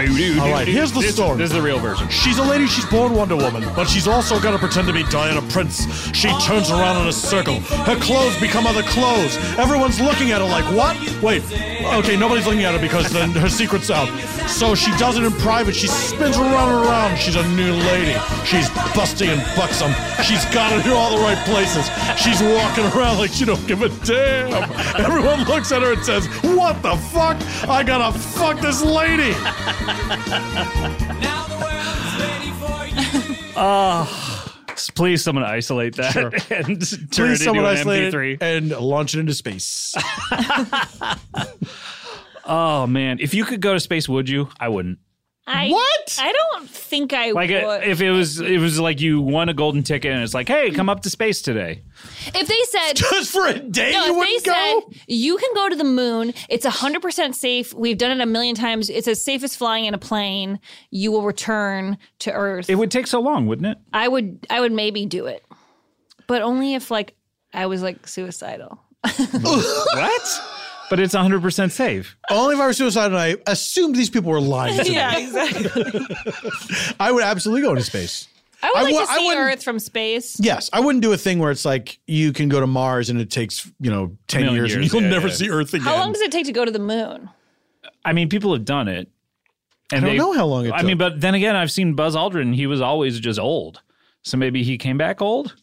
F: All right, here's the
A: This-
F: story.
A: This is the real version.
F: She's a lady, she's born Wonder Woman, but she's also gonna pretend to be Diana Prince. She turns around in a circle. Her clothes become other clothes. Everyone's looking at her like, what? Wait, okay, nobody's looking at her because then her secret's out. So she does it in private. She spins around and around. She's a new lady. She's busty and buxom. She's got it in all the right places. She's walking around like she don't give a damn. Everyone looks at her and says, what the fuck? I gotta fuck this lady.
A: Ah, Please, someone isolate that and turn
F: Please
A: it into
F: someone
A: an
F: isolate it
A: MP3.
F: and launch it into space.
A: Oh man, if you could go to space, would you? I wouldn't.
E: I,
F: What?
E: I don't think I
A: Like
E: would.
A: uh, if it was, it was like you won a golden ticket, and it's like, hey, come up to space today.
E: if they said
F: Just for a day,
E: No,
F: you
E: if
F: wouldn't
E: they
F: go.
E: said you can go to the moon, it's hundred percent safe. We've done it a million times. It's as safe as flying in a plane. You will return to Earth.
A: It would take so long, wouldn't it?
E: I would, I would maybe do it, but only if like I was like suicidal.
A: what? But it's 100 percent safe.
F: Only if I were suicidal, and I assumed these people were lying. To me.
G: Yeah, exactly.
F: I would absolutely go into space.
E: I would
F: I
E: like
F: wou-
E: to
F: I
E: see
F: wouldn't-
E: Earth from space.
F: Yes, I wouldn't do a thing where it's like you can go to Mars and it takes you know ten
A: Million
F: years, and
A: years,
F: you'll
A: yeah,
F: never
A: yeah.
F: see Earth again.
E: How long does it take to go to the moon?
A: I mean, people have done it. And
F: I
A: they-
F: don't know how long it
A: I mean,
F: took.
A: but then again, I've seen Buzz Aldrin. He was always just old. So maybe he came back old.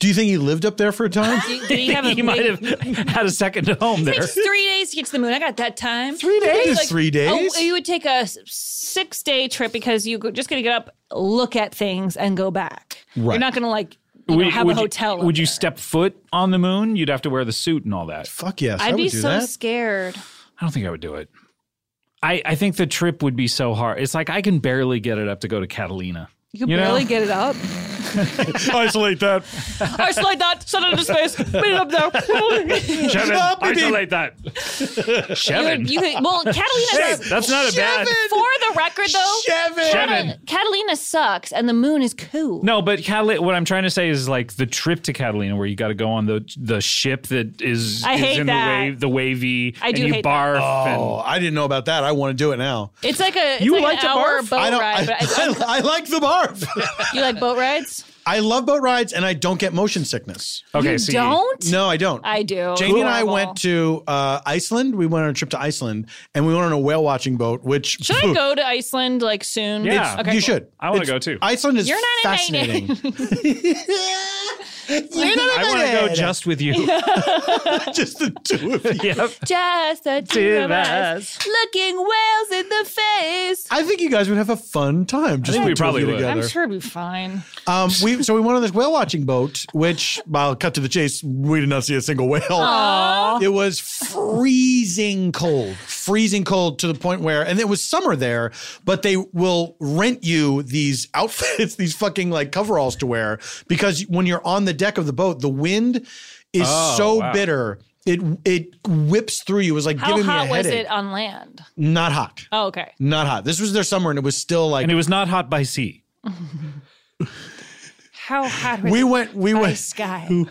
F: do you think he lived up there for a time?
E: Did he have a
A: he might
E: big-
A: have had a second home there.
E: It's three days to get to the moon. I got that time.
F: Three days is three days.
E: Oh, you would take a six day trip because you're just going to get up, look at things, and go back.
F: Right.
E: You're not going to like you know, have a hotel.
A: You, would you
E: up there.
A: step foot on the moon? You'd have to wear the suit and all that.
F: Fuck yes, I
E: I'd
F: would
E: be
F: do
E: so
F: that.
E: scared.
A: I don't think I would do it. I, I think the trip would be so hard. It's like I can barely get it up to go to Catalina.
E: You could
A: You know?
E: barely get it up.
F: Isolate that.
E: I slide that, send it into space, put it up there.
A: Chevin,
F: Stop me, Dean.
A: isolate that. Chevin.
E: you could, well, Catalina
A: Hey, that's not a bad.
E: For the record, though,
F: Chevin.
A: Chevin.
E: Catalina sucks, and the moon is cool.
A: No, but Catalina, what I'm trying to say is like the trip to Catalina, where you got to go on the the ship that is,
E: I
A: is
E: hate
A: in
E: that.
A: the wave, the wavy,
E: I do
A: and you
E: hate that.
A: barf.
F: Oh, I didn't know about that. I want to do it now.
E: It's like a it's
A: You
E: like
A: like
E: an
A: to
E: hour
A: barf?
E: boat
F: I don't.
E: ride.
F: I,
E: But I,
F: I, I like the barf.
E: you like boat rides?
F: I love boat rides, and I don't get motion sickness.
A: And, okay,
E: you
A: so
E: don't?
F: No, I don't.
E: I do.
F: Jamie and I
E: Horrible.
F: went to uh, Iceland. We went on a trip to Iceland, and we went on a whale watching boat. Which
E: Should I go to Iceland like soon?
A: Yeah.
E: It's- okay,
F: you
E: cool.
F: should.
A: I wanna
F: It's-
A: go too.
F: Iceland is
E: You're not
F: fascinating.
E: invited.
F: You're not
A: I want to go
F: invited.
A: just with you.
F: just the two of you.
A: yep.
E: Just the two
A: Two
E: of
A: of
E: us looking whales in the face.
F: I think you guys would have a fun time. Just
A: think
F: the
A: we
F: two of
A: probably
F: you
A: would.
F: together.
E: I'm sure it'll be fine.
F: Um, we so we went on this whale watching boat, which I'll cut to the chase. We did not see a single whale. It was freezing cold, freezing cold to the point where, and it was summer there, but they will rent you these outfits, these fucking like coveralls to wear because when you're on the deck of the boat, the wind is so bitter. It it whips through you. It was like
E: How
F: giving me a
E: hot was
F: headache.
E: it on land?
F: Not hot.
E: Oh, okay.
F: Not hot. This was their summer, and it was still like
A: And it was not hot by sea.
E: How hot was
F: we
E: it
F: went. We
E: by
F: went.
E: sky?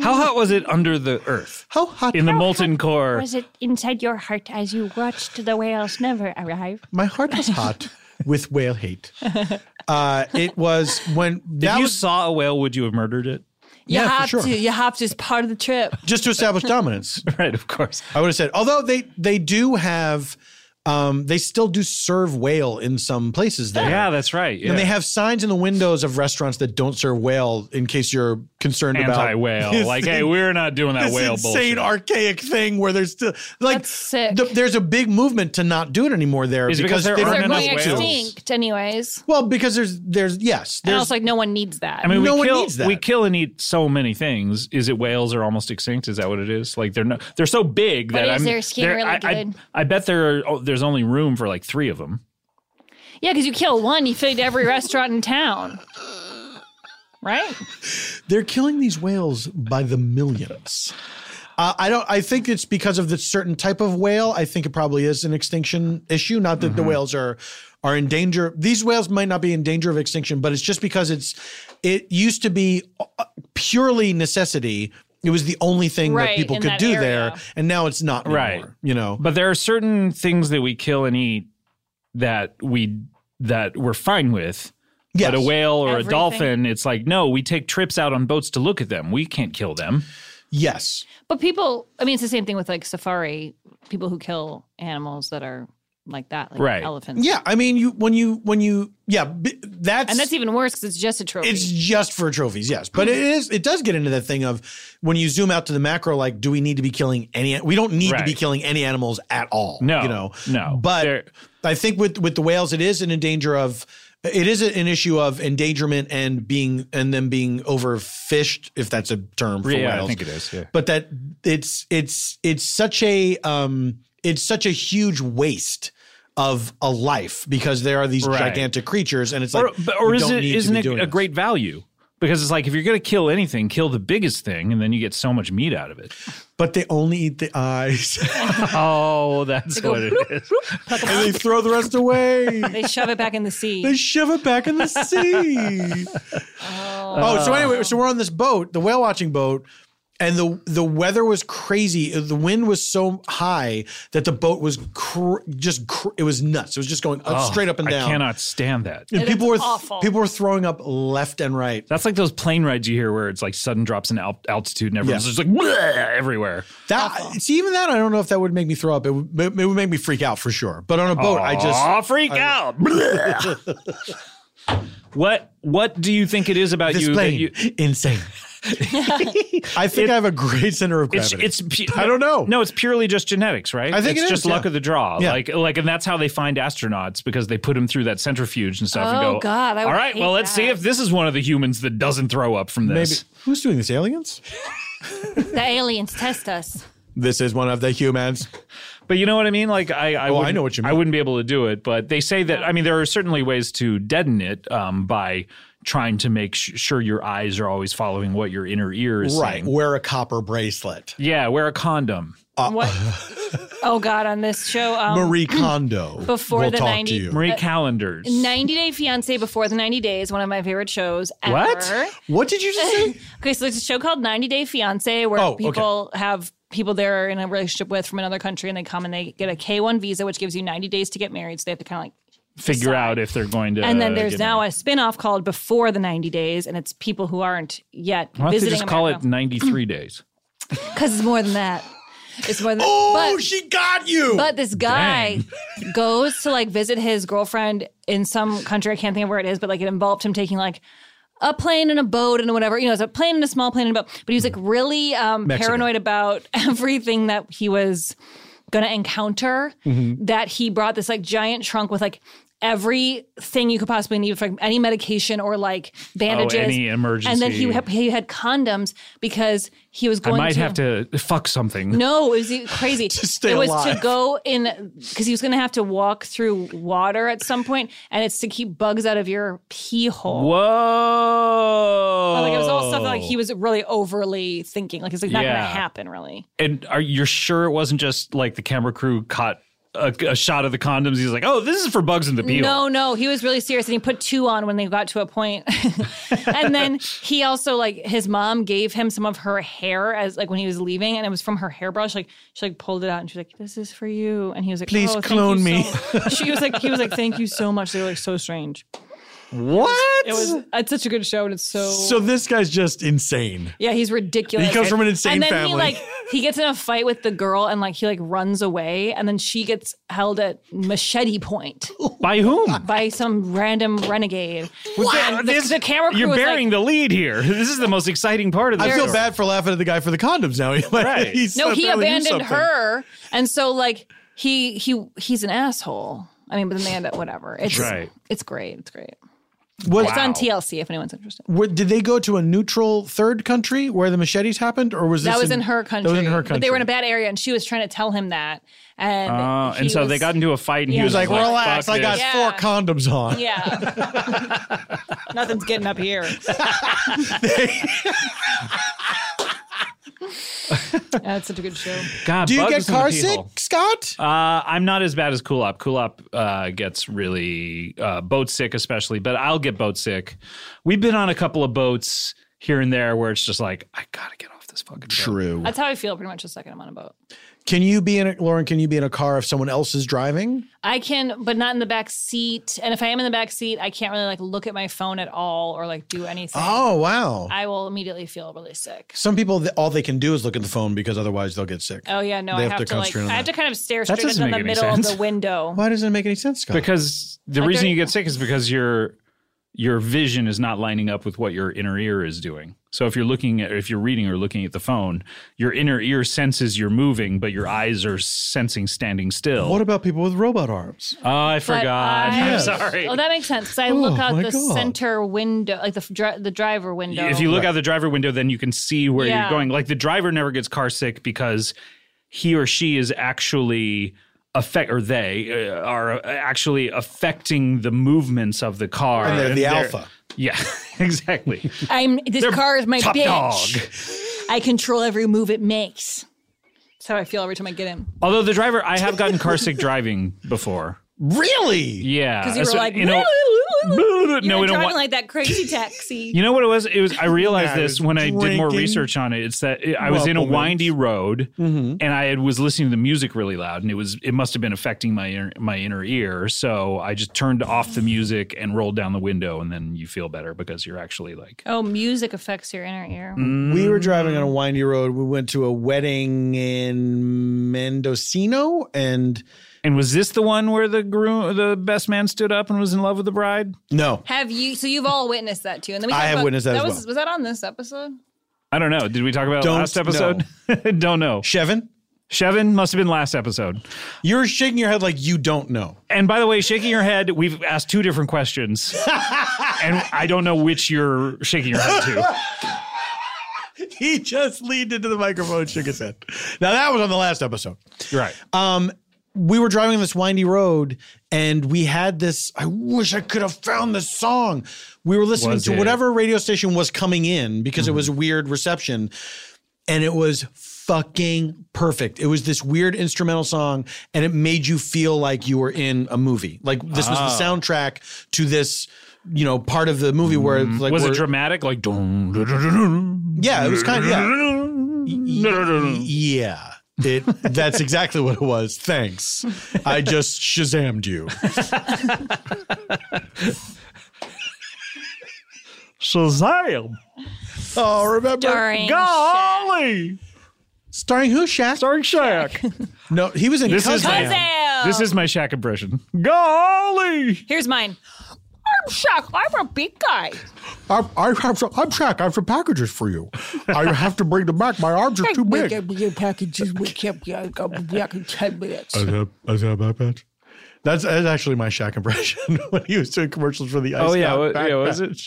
A: How hot was it under the earth?
F: How hot
A: In the molten core.
E: Was it inside your heart as you watched the whales never arrive?
F: my heart was hot with whale hate. Uh, it was when
A: if
F: that
A: you
F: was
A: saw a whale, would you have murdered it?
E: You
F: Yeah, for
E: have
F: sure.
E: to. You have to. It's part of the trip.
F: just to establish dominance.
A: Right, of course.
F: I would have said, although they they do have, um, they still do serve whale in some places there.
A: Yeah, that's right. Yeah.
F: And they have signs in the windows of restaurants that don't serve whale in case you're concerned
A: anti
F: about
A: whale.
F: this
A: Like, hey,
F: in-
A: we're not doing that
F: this
A: whale
F: insane
A: bullshit.
F: archaic thing where there's still like
E: That's sick.
F: the- there's a big movement to not do it anymore there
A: Is it because there
F: they
A: aren't
F: don't
E: They're
A: enough
F: have
E: going
A: whales.
F: to.
E: extinct, anyways.
F: Well, because there's there's yes,
E: And
F: there's
E: also, like, no one needs that.
A: I mean,
F: No
A: we
F: one
A: kill
F: needs that.
A: we kill and eat so many things. Is it whales are almost extinct? Is that what it is? Like they're no, they're so big that
E: is
A: I'm,
E: their skin
A: they're-
E: really
A: I, I-
E: good?
A: I, bet there are, oh, there's only room for like three of them.
E: yeah, because you kill one, you feed every restaurant in town. Right?
F: They're killing these whales by the millions. Uh, I don't. I think it's
A: Mm-hmm.
F: because of the certain type of whale. I think it probably is an extinction issue. Not that the whales are are in danger. These whales might not be in danger of extinction, but it's just because it's it used to be uh, purely necessity. It was the only thing that
E: Right,
F: people
E: in
F: could
E: that
F: do
E: area.
F: there, and now it's not anymore,
A: Right.
F: You know,
A: But there are certain things that we kill and eat that we that we're fine with.
F: Yes.
A: But a whale or
E: Everything.
A: a dolphin, it's like no, we take trips out on boats to look at them. We can't kill them.
F: yes,
E: But people, I mean, it's the same thing with like safari people who kill animals that are like that, like
A: Right.
E: elephants.
F: yeah. I mean, you when you when you yeah, b- that's
E: and that's even worse because it's just a trophy.
F: It's just for trophies, yes. But it is it does get into that thing of when you zoom out to the macro, like, do we need to be killing any we don't need to be
A: Right.
F: killing any animals at all.
A: No,
F: You know.
A: no.
F: But
A: They're-
F: I think with with the whales, it is an endanger of it is an issue of endangerment and being and them being overfished, if that's a term for
A: Yeah, I
F: whales.
A: think it is, yeah.
F: But that it's it's it's such a um it's such a huge waste of a life because there are these
A: Right.
F: gigantic creatures and it's
A: Or,
F: like
A: but- or
F: we
A: is
F: don't
A: it
F: need to
A: isn't
F: be
A: it
F: doing
A: a
F: this.
A: great value? Because it's like if you're going to kill anything, kill the biggest thing, and then you get so much meat out of it.
F: but they only eat the eyes
A: Oh, that's what it is.
F: and they throw the rest away.
E: they shove it back in the sea.
F: They shove it back in the sea. oh. so anyway, so we're on this boat, the whale watching boat, and the the weather was crazy. The wind was so high that the boat was cr- just cr- it was nuts. It was just going up,
A: Oh,
F: straight up and down.
A: I cannot stand that.
F: And
E: It
F: people were
E: is
F: th-
E: awful.
F: people were throwing up left and right.
A: That's like those plane rides you hear where it's like sudden drops in al- altitude and everyone's
F: Yeah.
A: just like "Bleh," everywhere.
F: That see, even that I don't know if that would make me throw up. It would, it would make me freak out for sure. But on a boat, I just
A: Aw, freak out. Bleh. what what do you think it is about
F: this
A: you that
F: plane
A: you
F: insane. I think I have a great center of
A: it's
F: gravity.
A: it's pu-
F: I don't know.
A: No, it's purely just genetics, right?
F: I think
A: it's
F: it is,
A: just luck
F: yeah.
A: of the draw.
F: Yeah.
A: Like like and that's how they find astronauts because they put them through that centrifuge and stuff and
E: Oh,
A: go
E: God, I
A: All
E: would
A: right,
E: hate
A: well let's see
E: that."
A: if this is one of the humans that doesn't throw up from
F: Maybe
A: this.
F: who's doing this? Aliens?
E: the aliens test us.
F: This is one of the humans.
A: But you know what I mean? Like I, I,
F: Oh, I
A: wouldn't-
F: know what you mean.
A: I wouldn't be able to do it. But they say that. I mean, there are certainly ways to deaden it um, by trying to make sh- sure your eyes are always following what your inner ear is
F: Right.
A: saying.
F: Wear a copper bracelet.
A: Yeah, wear a condom.
E: What? oh God! On this show, um,
F: Marie Kondo.
E: before
F: will
E: the
F: talk
E: 90
F: to you.
A: Marie calendars.
E: 90 Day Fiance before the 90 Days, one of my favorite shows ever.
A: What?
F: What did you just say?
E: Okay, so there's a show called 90 Day Fiance where
F: Oh, okay.
E: people have people they're in a relationship with from another country and they come and they get a K1 visa, which gives you 90 days to get married. So they have to kind of like
A: Figure out if they're going to.
E: And then there's
A: Uh, get
E: now
A: married.
E: a spin-off called Before the 90 Days, and it's people who aren't yet
A: Why don't they
E: visiting
A: just call it 93 days?
E: Because it's more than that. It's more than
F: Oh,
E: but,
F: she got you.
E: but this guy goes to like visit his girlfriend in some country. I can't think of where it is, but like it involved him taking like a plane and a boat and whatever. You know, it's a plane and a small plane and a boat. But he was like really um, paranoid about everything that he was gonna encounter.
A: Mm-hmm.
E: That he brought this like giant trunk with like everything you could possibly need for like, any medication or like bandages,
A: Oh, any
E: And then he
A: emergency.
E: ha- he had condoms because he was
A: I
E: going.
A: might
E: to-
A: have to fuck something.
E: no, it was e- crazy.
F: stay
E: it was
F: alive.
E: to go in because he was going to have to walk through water at some point, and it's to keep bugs out of your pee hole.
A: Whoa!
E: Like it was all stuff that, like he was really overly thinking. Like it's like not going
A: Yeah.
E: to happen, really.
A: And are you sure it wasn't just like the camera crew caught a, a shot of the condoms? He's like, oh, this is for bugs in the peel.
E: No, no, he was really serious, and he put two on when they got to a point. and then he also like his mom gave him some of her hair as like when he was leaving, and it was from her hairbrush. Like she like pulled it out, and she was like, "This is for you." And he was like,
F: Please
E: "Oh, thank
F: clone
E: you
F: me."
E: so much." she was like, he was like, "Thank you so much." They were like so strange.
F: what?
E: It was it's such a good show, and it's so.
F: so this guy's just insane.
E: yeah, he's ridiculous.
F: He comes from an insane
E: and then
F: family.
E: he like he gets in a fight with the girl, and like he like runs away, and then she gets held at machete point.
A: By whom?
E: by some random renegade. And The,
A: This-
E: the camera crew
A: You're
E: was
A: burying
E: like,
A: the lead here. This is the most exciting part of the
F: I feel
A: story.
F: bad for laughing at the guy for the condoms now.
A: Right.
F: He's
E: no, he
F: apparently knew
E: abandoned
F: something.
E: her, and so like he he he's an asshole. I mean, but then they end up whatever. It's
A: Right.
E: It's great. It's great.
F: What,
E: It's on TLC if anyone's interested.
F: what- did they go to a neutral third country where the machetes happened, or was this
E: That was in her country.
F: That was in her country.
E: But they were in a bad area, and she was trying to tell him that, and
A: Uh,
E: he
A: and so they
E: was-
A: got into a fight, and
E: Yeah.
A: he
F: He
A: was
F: was like, relax,
A: fuck
F: I got
A: this."
E: this."
F: four
E: Yeah.
F: condoms on.
E: Yeah. Nothing's getting up here. That's such a good show.
A: God,
F: Do you
A: bugs
F: get
A: in the
F: car
A: pee
F: sick,
A: hole.
F: Scott?
A: Uh, I'm not as bad as Kulop. Kulop uh, gets really uh, boat sick, especially, but I'll get boat sick. We've been on a couple of boats here and there where it's just like, I gotta get off this fucking boat.
F: True.
E: That's how I feel pretty much the second I'm on a boat.
F: Can you be in a Lauren? Can you be in a car if someone else is driving?
E: I can, but not in the back seat. And if I am in the back seat, I can't really like look at my phone at all or like do anything.
F: Oh wow!
E: I will immediately feel really sick.
F: Some people th- all they can do is look at the phone because otherwise they'll get sick.
E: Oh yeah, no, I
F: They have
E: have,
F: to
E: to, like
F: concentrate on
E: I have
F: that.
E: to kind of stare
A: That
E: straight into
A: doesn't
E: the
A: make any
E: middle
A: sense.
E: of the window.
F: Why doesn't it make any sense, Scott?
A: Because the
E: Like
A: reason
E: there-
A: you get sick is because your your vision is not lining up with what your inner ear is doing. So if you're looking at if you're reading or looking at the phone, your inner ear senses you're moving, but your eyes are sensing standing still.
F: what about people with robot arms?
A: oh, I
E: But
A: forgot.
E: I-
A: I'm sorry.
E: Oh, that makes sense. Because I look out
F: my
E: the
F: God.
E: center window, like the f- dri- the driver window.
A: If you look out the driver window, then you can see where
E: Yeah.
A: you're going. Like the driver never gets car sick because he or she is actually affect or they uh, are actually affecting the movements of the car.
F: And they're the
A: they're-
F: alpha.
A: Yeah, exactly.
E: I'm this car is my
A: top
E: bitch.
A: dog.
E: I control every move it makes. That's how I feel every time I get in.
A: Although the driver, I have gotten car sick driving before.
F: Really?
A: Yeah,
E: Because you
A: Uh, So,
E: were like,
A: know,
E: you
A: no,
E: were
A: we don't
E: driving
A: want-
E: like that crazy taxi.
A: You know what it was? It was I realized
F: I
A: this
F: was
A: when I did more
F: drinking
A: research on it. It's that it- I was in a
F: Rumplemans.
A: windy road
F: Mm-hmm.
A: and I had- was listening to the music really loud, and it was it must have been affecting my inner, my inner ear. So I just turned off the music and rolled down the window, and then you feel better because you're actually like
E: oh, music affects your inner ear.
A: Mm.
F: We were driving on a windy road. We went to a wedding in Mendocino, and
A: And was this the one where the groom, the best man, stood up and was in love with the bride?
F: no,
E: Have you? So you've all witnessed that too. And then we
F: I
E: talked
F: have
E: about-
F: witnessed that as
E: was
F: well.
E: was that on this episode?
A: I don't know. Did we talk about it
F: Don't
A: last episode? don't know.
F: Chevin,
A: Chevin must have been last episode.
F: you're shaking your head like you don't know.
A: And by the way, shaking your head, we've asked two different questions. and I don't know which you're shaking your head to.
F: He just leaned into the microphone, and shook his head. Now that was on the last episode.
A: Right.
F: we were driving this windy road and we had this i wish i could have found this song we were listening
A: Was
F: to
A: it?
F: whatever radio station was coming in because it was weird reception and it was fucking perfect it was this weird instrumental song and it made you feel like you were in a movie like this was the soundtrack to this you know part of the movie where it's like
A: was it
F: we're-
A: dramatic? Like, dun, dun, dun, dun,
F: yeah it was kind of yeah
A: dun, dun, dun,
F: Y-
A: dun.
F: Yeah. It that's exactly what it was. Thanks. I just shazammed you.
A: Shazam!
F: Oh, remember
E: During
A: Golly!
F: starring who, Shaq?
A: Starring Shaq.
F: No, he was in
A: This is,
F: Cubs.
A: my, this is my Shaq impression. Golly!
E: Here's mine.
G: I'm shocked. I'm a big guy.
F: I'm, I have some, I'm Shaq. I have some packages for you. I have to bring them back. My arms are too
G: We
F: big.
G: get, we get packages. We can't be I'll be back in 10 minutes.
F: That's, that's actually my Shaq impression when he was doing commercials for the ice.
A: Oh, yeah.
F: Scotch
A: What,
F: backpack.
A: yeah, was it?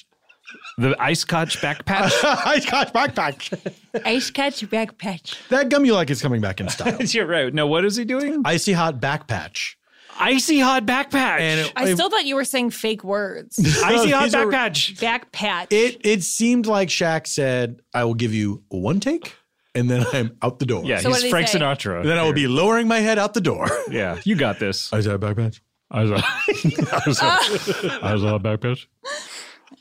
A: The ice scotch back patch?
F: ice Scotch backpack.
G: Ice catch backpatch.
F: That gum you like is coming back in style.
A: You're right. No, what is he doing?
F: Icy hot backpatch.
A: Icy hot back patch.
F: And
E: I still thought you were saying fake words.
A: Icy hot
F: These are-
A: back patch.
E: Back patch.
F: It it seemed like Shaq said, "I will give you one take, and then I'm out the door."
A: Yeah,
E: So what
A: he's
E: did he
A: Frank
E: say?
A: Sinatra.
F: And then I will be lowering my head out the door.
A: Yeah, you got this.
F: I said backpatch.
A: I was, I was, I was on a back pitch.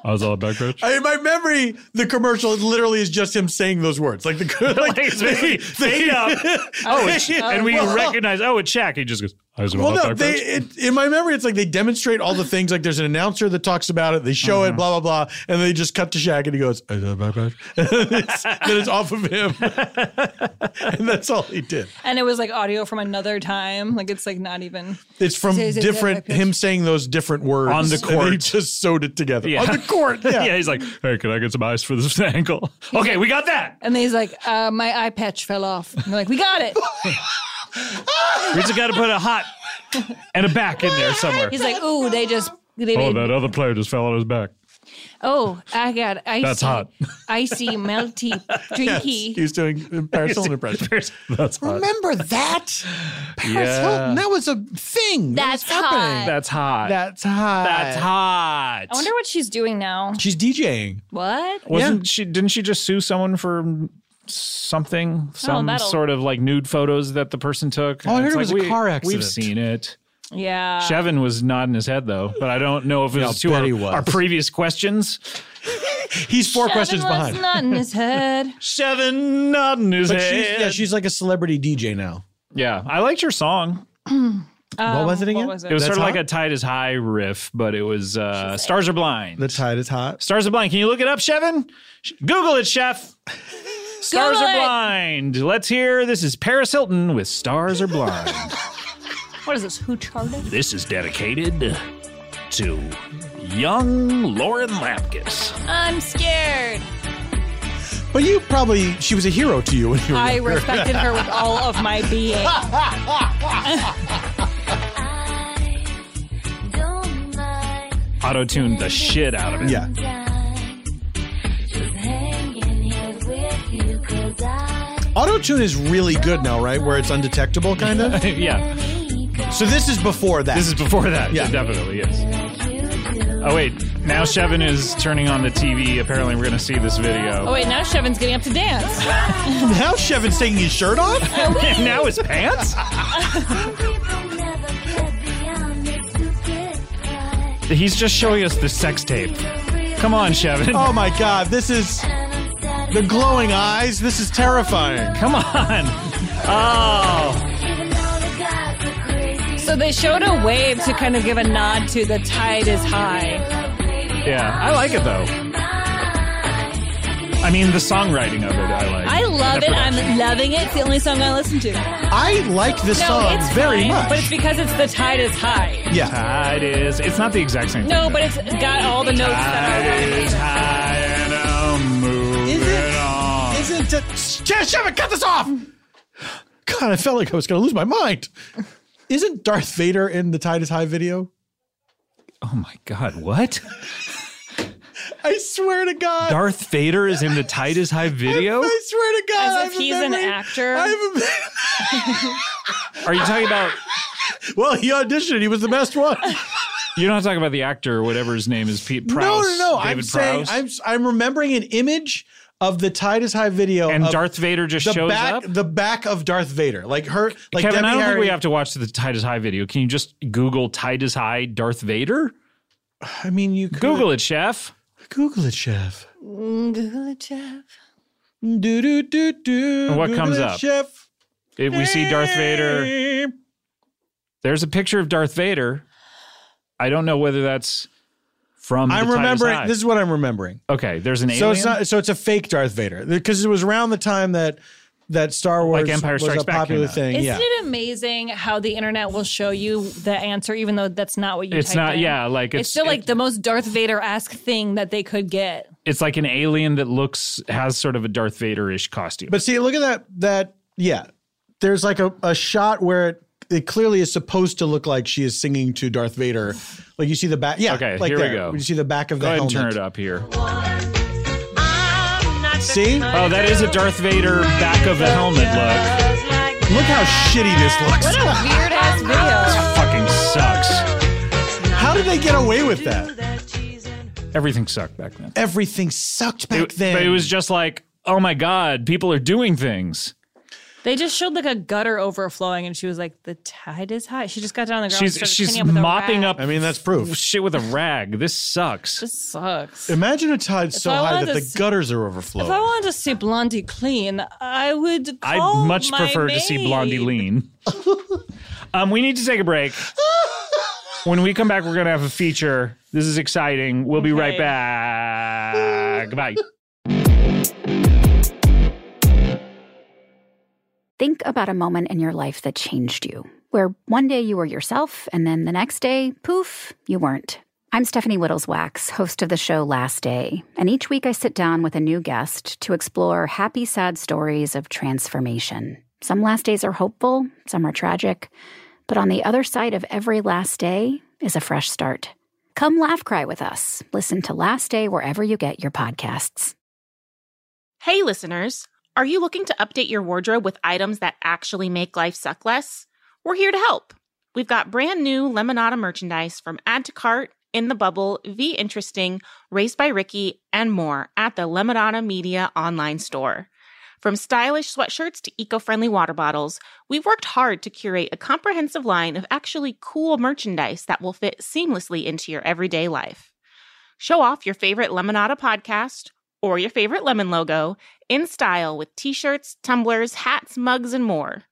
A: I was on a back pitch.
F: In my memory, the commercial literally is just him saying those words, like the like,
A: It's basically fade up.
F: Oh,
A: and we recognize, oh, it's Shaq. He just goes, I was on
F: Well,
A: a
F: no,
A: back
F: they,
A: pitch.
F: it, in my memory, it's like they demonstrate all the things. Like there's an announcer that talks about it, they show
A: Uh-huh.
F: it, blah, blah, blah. And they just cut to Shaq and he goes, I said backpatch. And it's, then it's off of him. and that's all he did.
E: and it was like audio from another time. Like it's like not even.
F: It's from
G: Says it
F: different,
G: backpatch.
F: him saying those different words.
A: On the
F: and they
A: court.
F: just sewed it together. On the court. Yeah.
A: yeah, he's like, hey, can I get some ice for this ankle? Okay, we got that.
E: And then he's like, uh, my eye patch fell off. And they're like, we got it.
A: We just got to put a hot and a back in there somewhere. Oh,
E: He's like, ooh, they just. They made,
A: other player just fell on his back.
E: oh, I got icy.
A: That's hot.
E: Icy, melty, drinky.
F: He was doing embarrassing impression.
A: That's hot.
F: Remember that? Paris Hilton. That was a thing.
E: That's hot.
A: That's hot.
F: That's hot.
A: That's hot.
E: I wonder what she's doing now.
F: She's DJing.
E: What?
A: Wasn't she? Didn't she just sue someone for something, some
E: that'll-
A: sort of like nude photos that the person took.
F: Oh, I
A: And
F: heard
A: it's
F: it
A: like,
F: was a car
A: We've
F: accident.
A: seen it.
E: Yeah.
A: Shevin was nodding his head though, but I don't know if it
F: Yeah,
A: was
F: I'll bet
A: to
F: he
A: our,
F: was.
A: our previous questions.
F: He's four questions
E: Kevin was
F: behind.
E: not in his head.
A: Shevin nodding his
F: But she's,
A: head.
F: yeah, she's like a celebrity DJ now.
A: yeah, I liked your song.
E: Um,
F: was it again?
E: was it?
A: It was
F: That's
A: sort of like
F: hot?
A: a tide is high riff, but it was uh, stars are blind.
F: The tide is hot.
A: stars are blind. Can you look it up, Shevin? Sh- Google it, Chef. Stars
E: Google
A: are
E: it.
A: blind. Let's hear. This is Paris Hilton with "Stars Are Blind."
E: What is this? Who charted?
A: this is dedicated to young Lauren Lapkus.
E: I'm scared.
F: But you probably she was a hero to you when you were.
E: I
F: younger.
E: respected her with all of my being.
A: Auto tuned the shit out of it.
F: Yeah. Auto tune is really good now, right? Where it's undetectable, kind of.
A: yeah.
F: so this is before that.
A: This is before that.
F: Yeah.
A: definitely. Yes. Oh wait, now Shevin is turning on the TV. Apparently, we're gonna see this video.
E: Oh wait, now Shevin's getting up to dance.
F: now Chevin's taking his shirt off.
A: Oh. now his pants? He's just showing us the sex tape. Come on, Shevin.
F: Oh my god, this is the glowing eyes. This is terrifying.
A: Come on. Oh.
E: So they showed a wave to kind of give a nod to the tide is high.
A: Yeah, I like it though. I mean, the songwriting of it, I like.
E: I love it. I'm loving it. It's the only song I listen to.
F: I like this
E: No,
F: song
E: it's
F: very
E: fine,
F: much.
E: but it's because it's the tide is high.
F: yeah.
A: Tide is. It's not the exact same.
E: No,
A: thing,
E: but it's got all the notes that
A: Tide is high and I'm moving
F: Is it-
A: on.
F: Isn't it? Sh- Shevin, cut this off. God, I felt like I was going to lose my mind. Isn't Darth Vader in the Tide is High video?
A: oh my god, what?
F: I swear to God.
A: Darth Vader is in the Tide is High video?
F: I swear to God.
E: As
F: I
E: if
F: have a
E: he's an
F: memory-
E: actor.
F: I have a
A: Are you talking about
F: Well, he auditioned. He was the best one.
A: You're not talking about the actor, whatever his name is, Pete Prowse.
F: no, no, no. I'm
A: David
F: saying
A: Prowse.
F: I'm I'm remembering an image of the Tide is High video
A: and
F: of
A: Darth Vader just
F: the
A: shows
F: back,
A: up.
F: the back of Darth Vader, like her, like
A: Kevin,
F: Debbie
A: I don't
F: Harry.
A: think we have to watch the Tide is High video. Can you just Google Tide is High Darth Vader?
F: I mean, you could,
A: Google it, Chef.
F: Google it, chef.
E: Mm, Google
F: Do do do do.
A: And what
F: Google
A: comes
F: it,
A: up?
F: chef?
A: It- we see Darth Vader. There's a picture of Darth Vader. I don't know whether that's from.
F: I'm
A: the Tide is
F: remembering.
A: High.
F: This is what I'm remembering.
A: okay. There's an
F: So
A: alien.
F: it's not. So it's a fake Darth Vader because it was around the time that that Star Wars
A: Empire
F: was
A: Strikes
F: a
A: Back came
F: popular
A: out.
F: thing.
E: Isn't
F: yeah.
E: it amazing how the internet will show you the answer, even though that's not what you
A: It's
E: typed
A: not-
E: in?
A: yeah, like,
E: it's,
A: it's-
E: still like
A: it-
E: the most Darth Vader esque thing that they could get.
A: it's like an alien that looks has sort of a Darth Vader ish costume.
F: But see, look at that. That yeah. There's like a, a shot where it, it clearly is supposed to look like she is singing to Darth Vader. Like you see the back. Yeah.
A: Okay,
F: Like
A: here we
F: there,
A: go.
F: You see the back of the
A: Go ahead and
F: helmet.
A: turn it up here.
F: See?
A: Oh, that is a Darth Vader back of the helmet look.
F: Look how shitty this looks.
E: What a weird ass video.
A: Fucking sucks.
F: How did they get away with that?
A: Everything sucked back then.
F: Everything sucked back
A: It-
F: then.
A: But it was just like, oh my God, people are doing things.
E: They just showed like a gutter overflowing, and she was like, "The tide is high." She just got down on the ground.
A: She's
E: and started
A: she's
E: cleaning up with a
A: mopping
E: rag.
A: up
F: I mean, that's proof.
A: shit with a rag. This sucks.
E: This sucks.
F: Imagine a tide so
E: I
F: high
E: wanted
F: that
E: to
F: the
E: s-
F: gutters are
E: If I
F: overflowing.
E: wanted to see Blondie clean, I would.
A: I
E: Call
A: much
E: my
A: prefer to see
E: maid.
A: Blondie lean. um, we need to take a break. When we come back, we're gonna have a feature. This is exciting. We'll be right
E: Okay.
A: back. Bye.
I: Think about a moment in your life that changed you, where one day you were yourself, and then the next day, poof, you weren't. I'm Stephanie Whittles Wax, host of the show Last Day, and each week I sit down with a new guest to explore happy, sad stories of transformation. Some last days are hopeful, some are tragic, but on the other side of every last day is a fresh start. Come laugh cry with us. Listen to Last Day wherever you get your podcasts.
D: Hey, listeners, are you looking to update your wardrobe with items that actually make life suck less? We're here to help. We've got brand new Lemonada merchandise from Add to Cart, In the Bubble, V Interesting, Raised by Ricky, and more at the Lemonada Media online store.
K: From stylish sweatshirts to eco friendly water bottles, we've worked hard to curate a comprehensive line of actually cool merchandise that will fit seamlessly into your everyday life. Show off your favorite Lemonada podcast or your favorite lemon logo in style with t shirts, tumblers, hats, mugs, and more.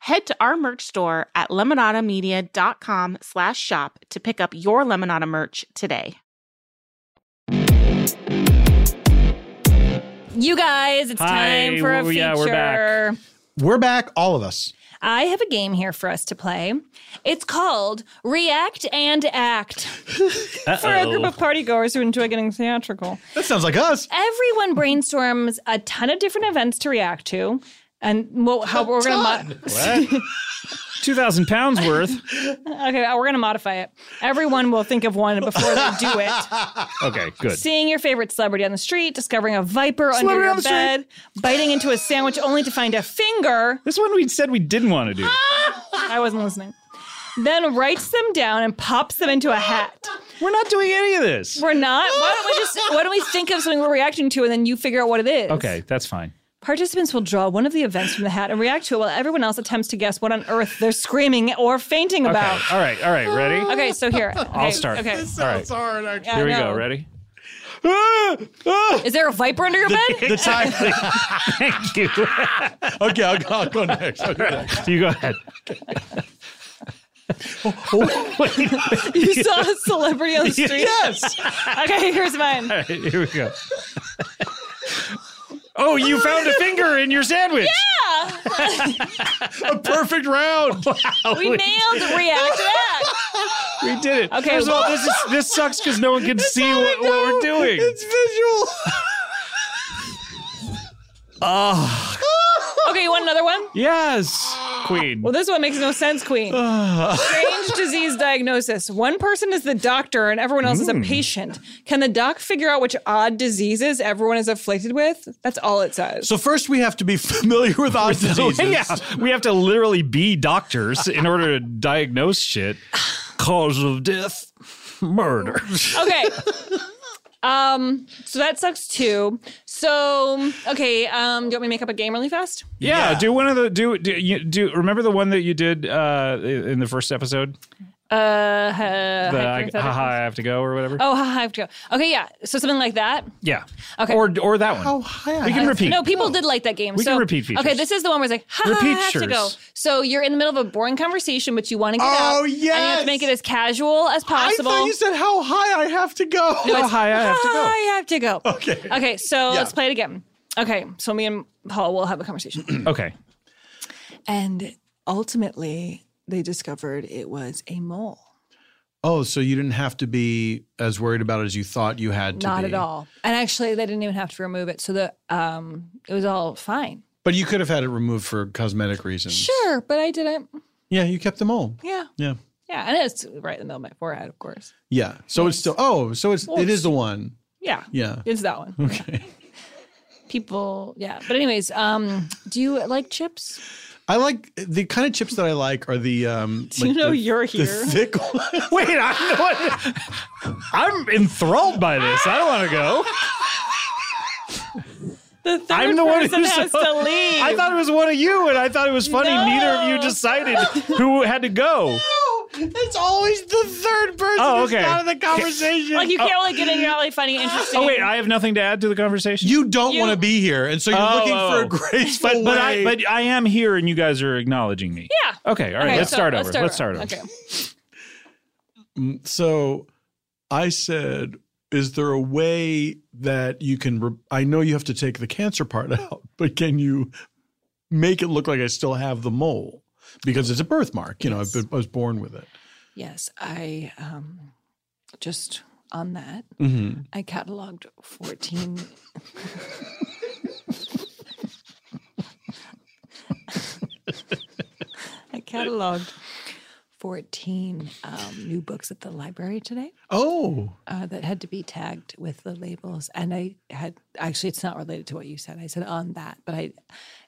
K: Head to our merch store at lemonadamedia.com slash shop to pick up your Lemonada merch today.
E: You guys, it's
A: Hi,
E: time for a feature.
A: w- yeah, we're back.
F: We're back, all of us.
E: I have a game here for us to play. It's called React and Act for a group of partygoers who enjoy getting theatrical.
F: That sounds like us.
E: Everyone brainstorms a ton of different events to react to, and mo- how Oh, we're going to. Mo-
A: What? Two thousand pounds worth.
E: okay, we're going to modify it. Everyone will think of one before they do it.
A: Okay, good.
E: Seeing your favorite celebrity on the street, discovering a viper
A: Celebrity
E: under your
A: on the
E: bed, biting into a sandwich only to find a finger.
A: This one we said we didn't want to do.
E: I wasn't listening. Then writes them down and pops them into a hat.
A: We're not doing any of this.
E: We're not. Why don't we just? Why don't we think of something we're reacting to and then you figure out what it is?
A: Okay, that's fine.
E: Participants will draw one of the events from the hat and react to it while everyone else attempts to guess what on earth they're screaming or fainting
A: Okay.
E: about.
A: All right. All right. Ready?
E: Okay, so here.
A: I'll
E: okay,
A: start.
E: Okay.
A: This sounds All right.
F: hard,
A: Here we go. Ready?
E: Is there a viper under your bed?
A: The time. Thank you.
F: okay, I'll, go- I'll go next. I'll go next.
A: You go ahead.
E: you saw a celebrity on the
A: Yeah.
E: street?
A: Yes.
E: okay, here's mine.
A: All right. Here we go. Oh, you found a finger in your sandwich.
E: Yeah.
A: A perfect round. Wow.
E: we nailed react to act.
A: We did it.
E: Okay.
A: First of all, this is this sucks because no one can see what, what we're doing. It's
F: visual.
A: Oh,
E: Okay, you want another one?
A: yes, Queen.
E: Well, this one makes no sense, Queen. Strange disease diagnosis. One person is the doctor and everyone else is a
A: Mm.
E: patient. Can the doc figure out which odd diseases everyone is afflicted with? That's all it says.
F: So first we have to be familiar with odd diseases.
A: Yeah, we have to literally be doctors in order to diagnose shit. Cause of death, murder.
E: okay. Um, so that sucks too. So okay, um, do you want me to make up a game really fast?
A: Yeah, do one of the do do you do remember the one that you did uh in the first episode?
E: Uh, uh
A: the I,
E: hypothetical-
A: haha, I have to go or whatever.
E: Oh, haha, I have to go. Okay, yeah. So something like that.
A: yeah.
E: Okay.
A: Or or that one. we can repeat.
E: No, people did like that game.
A: We
E: so,
A: can repeat features.
E: Okay, this is the one where it's like, ha, ha,
A: Repeat
E: I have to go.
A: features.
E: So you're in the middle of a boring conversation, but you want to get out.
F: Oh,
E: And you have
F: yes!
E: to make it as casual as possible.
F: I thought you said how high I have to go.
B: "Oh,
E: No, it's, "Ha,
F: high.
E: I have to go.
F: Okay.
E: Okay, so
F: Yeah.
E: let's play it again. Okay, so me and Paul will have a conversation.
A: Okay.
E: and ultimately, they discovered it was a mole.
F: Oh, so you didn't have to be as worried about it as you thought you had to
E: Not
F: be.
E: at all. And actually, they didn't even have to remove it. So the um, it was all fine.
F: But you could have had it removed for cosmetic reasons.
E: Sure, but I didn't.
F: Yeah, you kept them all.
E: Yeah,
F: Yeah.
E: yeah, and it's right in the middle of my forehead, of course.
F: Yeah. So it's still oh, so it's it is the one.
E: Yeah.
F: Yeah.
E: It's that one.
F: Okay.
E: People, yeah. But anyways, um, do you like chips?
F: I like the kind of chips that I like are the um
E: Do you
F: like
E: know
F: the-
E: you're
F: the
E: here?
F: thick
A: Wait, I'm I'm enthralled by this. I don't want to go.
E: The third
A: I'm the one
E: person
A: who
E: has to leave.
A: I thought it was one of you, and I thought it was funny.
E: No.
A: Neither of you decided who had to go.
F: It's always the third person
A: Oh, okay.
E: like you can't really get in your really funny, interesting.
A: Oh wait, I have nothing to add to the conversation.
F: You don't want to be here, and so you're
A: Oh,
F: looking
A: oh,
F: for
A: oh.
F: a graceful
A: but, but I
F: way.
A: but I am here, and you guys are acknowledging me.
E: Yeah.
A: Okay. All right.
E: Okay,
A: let's
E: so
A: start over. Let's start over.
E: Okay.
F: Mm, so I said, "Is there a way that you can?" Re- I know you have to take the cancer part out, but can you make it look like I still have the mole because it's a birthmark? You know, I've been, I was born with it.
E: Yes, I um, just on that,
F: Mm-hmm.
E: I cataloged fourteen. I cataloged fourteen um, new books at the library today.
F: Oh,
E: uh, that had to be tagged with the labels. And I had actually, it's not related to what you said. I said on that, but I,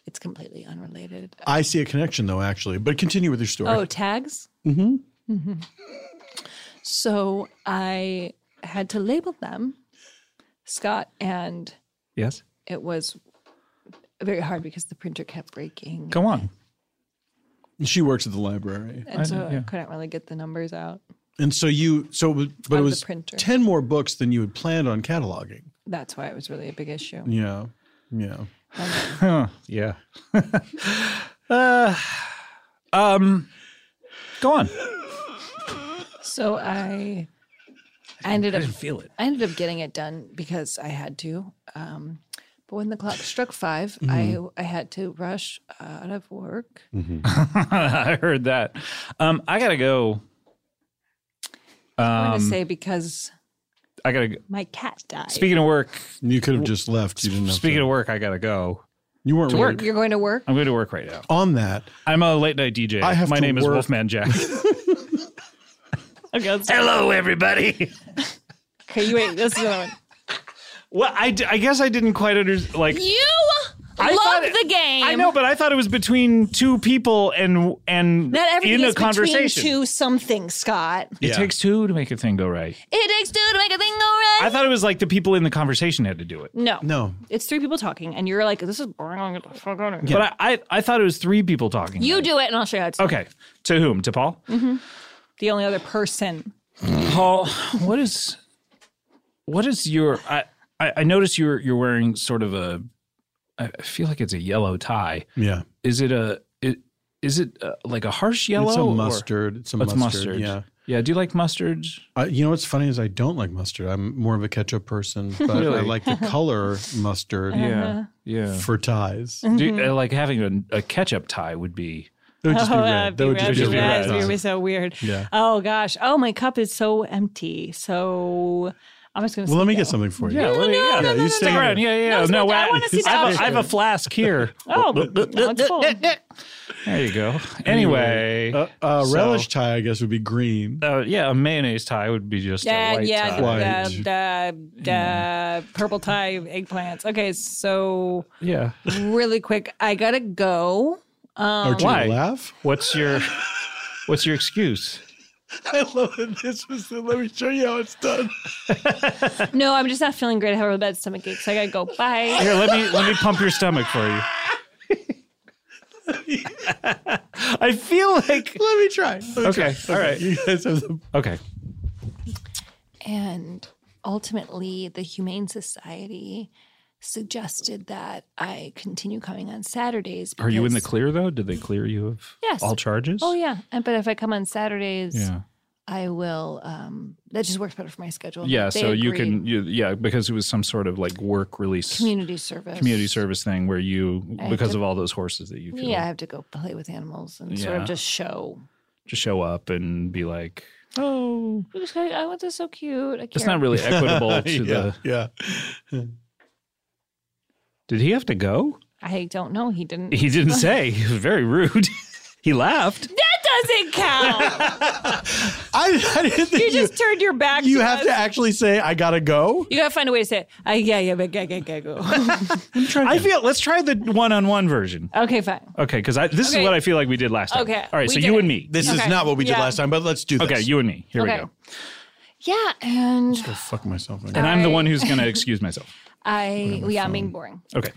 E: it's completely unrelated.
F: I see a connection though, actually. But continue with your story.
E: Oh, tags.
F: Mm-hmm.
E: hmm So I had to label them, Scott, and
A: Yes.
E: it was very hard because the printer kept breaking.
A: Go on.
F: She works at the library.
E: And so I couldn't really get the numbers out.
F: And so you, so it was,
E: Out
F: but it
E: of the
F: was
E: printer.
F: 10 more books than you had planned on cataloging.
E: That's why it was really a big issue.
F: Yeah. Yeah.
A: yeah. uh, um, go on.
E: So I, I ended
A: I
E: up
A: didn't feel it.
E: I ended up getting it done because I had to. Um, but when the clock struck 5
A: Mhm.
E: I I had to rush out of work.
A: I heard that. Um, I gotta go.
E: I'm
A: Um,
E: going to say because
A: I gotta. go.
E: my cat died.
A: Speaking of work,
F: you could have just left. You didn't. Have
A: speaking of work, I gotta go.
F: You weren't
A: to work.
E: You're going to work.
A: I'm going to work right now.
F: On that,
A: I'm a late night DJ.
F: I have
A: My
F: to
A: name is
F: work.
A: Wolfman Jack.
E: Okay, let's-
A: Hello, everybody.
E: Okay, you wait. This is another one.
A: Well, I, d- I guess I didn't quite understand. Like
E: You
A: I thought
E: love
A: it-
E: the game.
A: I know, but I thought it was between two people and and
E: Not everything
A: in a
E: is
A: conversation.
E: between two something, Scott.
A: It takes two to make a thing go right.
E: It takes two to make a thing go right.
A: I thought it was like the people in the conversation had to do it.
E: No.
F: No.
E: It's three people talking, and you're like, this is boring. I'm gonna get the fuck out of here.
A: But I, I, I thought it was three people talking.
E: you do it, and I'll show you how it's
A: Okay. To whom? To Paul?
E: hmm The only other person.
A: Paul, what is what is your I, I, I notice you're you're wearing sort of a I I feel like it's a yellow tie.
F: Yeah.
A: Is it a it is it uh like a harsh yellow?
F: It's a
A: or-
F: mustard. It's a
A: Oh, it's mustard.
F: mustard, yeah.
A: Yeah. Do you like mustard?
F: I, you know what's funny is I don't like mustard. I'm more of a ketchup person, but I
A: Really?
F: like the color mustard.
A: Yeah. Yeah.
F: For ties,
A: Do
E: Mm-hmm.
A: you, uh, like having a, a ketchup tie would be.
F: It would just be
E: oh,
F: red.
E: that'd
F: That would
E: red.
F: just be
E: Yeah,
F: red.
E: it's gonna be so weird.
F: Yeah.
E: Oh gosh. Oh, my cup is so empty. So I'm just gonna.
F: Well, let
E: say
F: me get
E: no.
F: something for you.
A: Yeah, let me- yeah,
F: you stay
A: stick
F: here.
A: around. Yeah, yeah, yeah. No, I,
E: wanna see the
A: I have a-
E: option.
A: I have a flask here.
E: Oh, no, it's full.
A: There you go. Anyway,
F: uh, uh,
A: so-
F: relish tie, I guess, would be green.
A: Uh, yeah, a mayonnaise tie would be just a
E: Yeah,
A: white
E: yeah,
A: tie.
E: the- the, the, purple tie eggplants. Okay, so
A: Yeah.
E: really quick, I gotta go. Um,
A: Why?
F: laugh?
A: What's your What's your excuse?
F: I love that this was the. Let me show you how it's done.
E: no, I'm just not feeling great. I have a bad stomach ache, so I gotta go. Bye.
A: Here, let me let me pump your stomach for you. I feel like
F: Let me try.
A: okay. All right.
F: You guys have the
A: Okay.
E: And ultimately, the Humane Society suggested that I continue coming on Saturdays.
A: Are you in the
E: because-
A: clear though? Did they clear you of
E: Yes.
A: all charges?
E: Oh yeah, and, but if I come on Saturdays,
A: Yeah.
E: I will. Um, that just works better for my schedule.
A: Yeah.
E: They
A: so you
E: agreed.
A: can. You, yeah, because it was some sort of like work release.
E: community service.
A: community service thing where you
E: I have
A: because
E: to-
A: of all those horses that you feel,
E: Yeah, I have to go play with animals and sort
A: Yeah.
E: of just show.
A: just show up and be like oh
E: It was like, I want this so cute. I
A: it's
E: care."
A: not really equitable to
F: yeah,
A: the
F: yeah.
A: did he have to go
E: I don't know. He didn't.
A: he didn't say he was very rude he laughed
E: That doesn't count.
F: I, I didn't think
E: you
F: you.
E: just turned your back.
F: you have to
E: us.
F: actually say I gotta go.
E: You gotta find a way to say. It. I yeah yeah but yeah, yeah, yeah, go.
A: i feel let's try the one-on-one version
E: okay, fine.
A: okay because i this
E: Okay.
A: is what i feel like we did last time
E: Okay,
A: all right
E: we
A: so
E: did
A: you
E: it.
A: and me
F: This is
E: Okay.
F: not what we did
E: Yeah.
F: last time, but let's do this.
A: okay you and me here we
E: Okay.
A: go
E: Yeah, and
F: Go fuck myself.
A: and i'm the
E: Sorry.
A: one who's gonna excuse myself
E: I yeah I'm being boring.
A: okay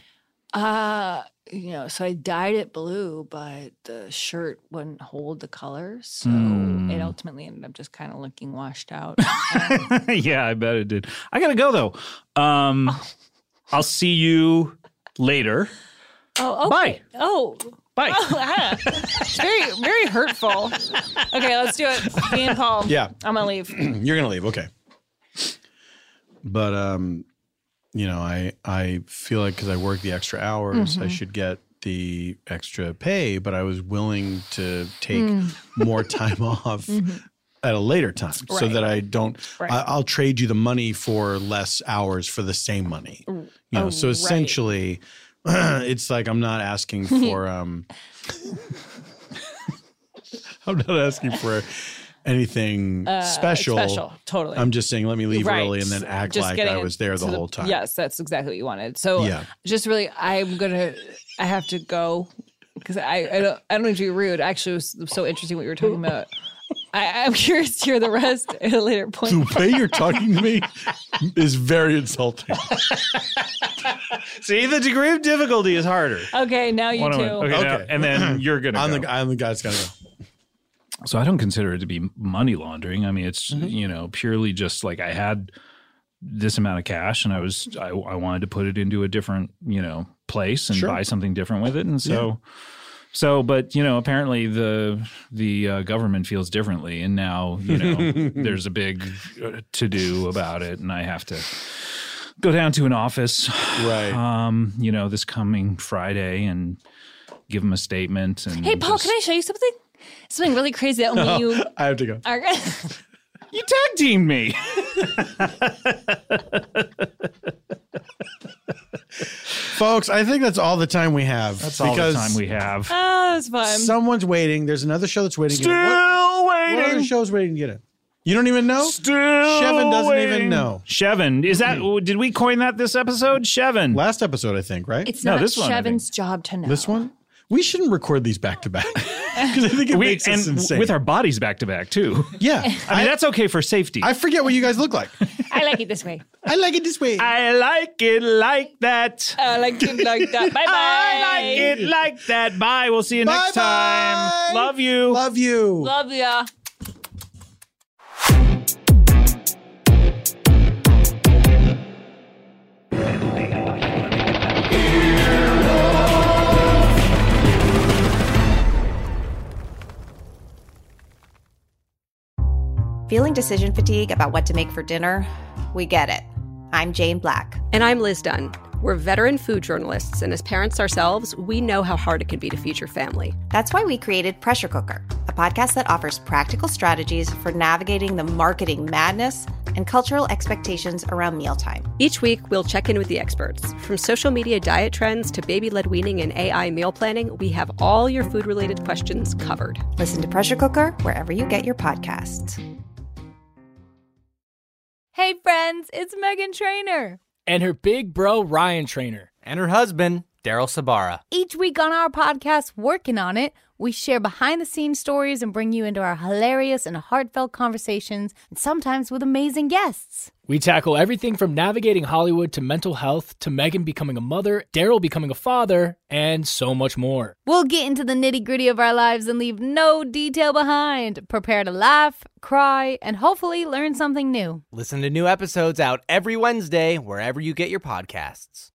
E: Uh, you know, so I dyed it blue, but the shirt wouldn't hold the color, so
A: Hmm.
E: it ultimately ended up just kind of looking washed out. And
A: yeah i bet it did i gotta go though um i'll see you later
E: oh, okay.
A: Bye.
E: Oh,
A: bye
E: oh, ah. It's very, very hurtful. Okay, let's do it. Me and Paul.
F: Yeah.
E: I'm gonna leave.
F: You're gonna leave, okay? But um, you know, I I feel like because I work the extra hours,
E: Mm-hmm.
F: I should get the extra pay. But I was willing to take
E: Mm.
F: more time off at a later time, so
E: Mm-hmm. Right.
F: that I don't.
E: Right.
F: I, I'll trade you the money for less hours for the same money. You know,
E: oh,
F: so
E: right.
F: essentially, it's like I'm not asking for um. I'm not asking for anything
E: Uh,
F: special.
E: Special. Totally.
F: I'm just saying, let me leave
E: Right.
F: early and then act
E: Just
F: like
E: getting
F: I was there
E: to
F: the whole time.
E: Yes, that's exactly what you wanted. So
F: Yeah.
E: just really, I'm gonna, I have to go because I, I don't, I don't need to be rude. Actually, it was so interesting what you were talking about. I, I'm curious to hear the rest at a later point.
F: The way you're talking to me is very insulting.
A: See, the degree of difficulty is harder.
E: Okay, now you
A: One
E: two.
A: of it. Okay, now- and then you're gonna.
F: I'm
A: go.
F: the I'm the guy that's gonna go.
A: So I don't consider it to be money laundering. I mean, it's you know purely just like I had this amount of cash and I was I, I wanted to put it into a different you know place and
L: Sure.
A: buy something different with it, and so.
L: Yeah.
A: So, but you know, apparently the the uh, government feels differently, and now you know there's a big uh, to do about it, and I have to go down to an office, right? Um, you know, this coming Friday, and give them a statement. And
E: Hey, Paul, can I show you something? Something really crazy that only you
A: I have to go.
E: are.
A: You tag teamed me.
F: Folks, I think that's all the time we have.
A: That's all the time we have.
E: Oh, that's fun.
F: Someone's waiting. There's another show that's waiting. to get in.
A: Still
F: What, what other
A: waiting.
F: show's waiting to get in? You don't even know? Still Shevin doesn't even
A: waiting.
F: know.
A: Shevin, is that did we coin that this episode? Shevin.
F: Last episode, I think, right?
E: It's not Chevin's job to know.
F: This one? We shouldn't record these back to back. Because I think it
A: We-
F: makes us
A: and
F: insane.
A: with our bodies back to back too.
F: Yeah.
A: I mean, that's okay for safety.
F: I forget what you guys look like.
E: I like it this way.
F: I like it this way.
A: I like it like that.
E: I like it like that. Bye bye.
A: I like it like that. Bye. We'll see you next time. Love you.
F: Love you.
E: Love ya.
M: Feeling decision fatigue about what to make for dinner? We get it. I'm Jane Black.
N: And I'm Liz Dunn. We're veteran food journalists, and as parents ourselves, we know how hard it can be to feed your family.
M: That's why we created Pressure Cooker, a podcast that offers practical strategies for navigating the marketing madness and cultural expectations around mealtime.
N: Each week, we'll check in with the experts. From social media diet trends to baby led weaning and AI meal planning, we have all your food related questions covered.
M: Listen to Pressure Cooker wherever you get your podcasts.
I: Hey friends, it's Megan Trainer.
C: and her big bro Ryan Trainer and her husband Daryl Sabara.
I: Each week on our podcast, Working on It, we share behind the scenes stories and bring you into our hilarious and heartfelt conversations, and sometimes with amazing guests.
C: We tackle everything from navigating Hollywood to mental health to Megan becoming a mother, Daryl becoming a father, and so much more.
I: We'll get into the nitty gritty of our lives and leave no detail behind. Prepare to laugh, cry, and hopefully learn something new.
J: Listen to new episodes out every Wednesday wherever you get your podcasts.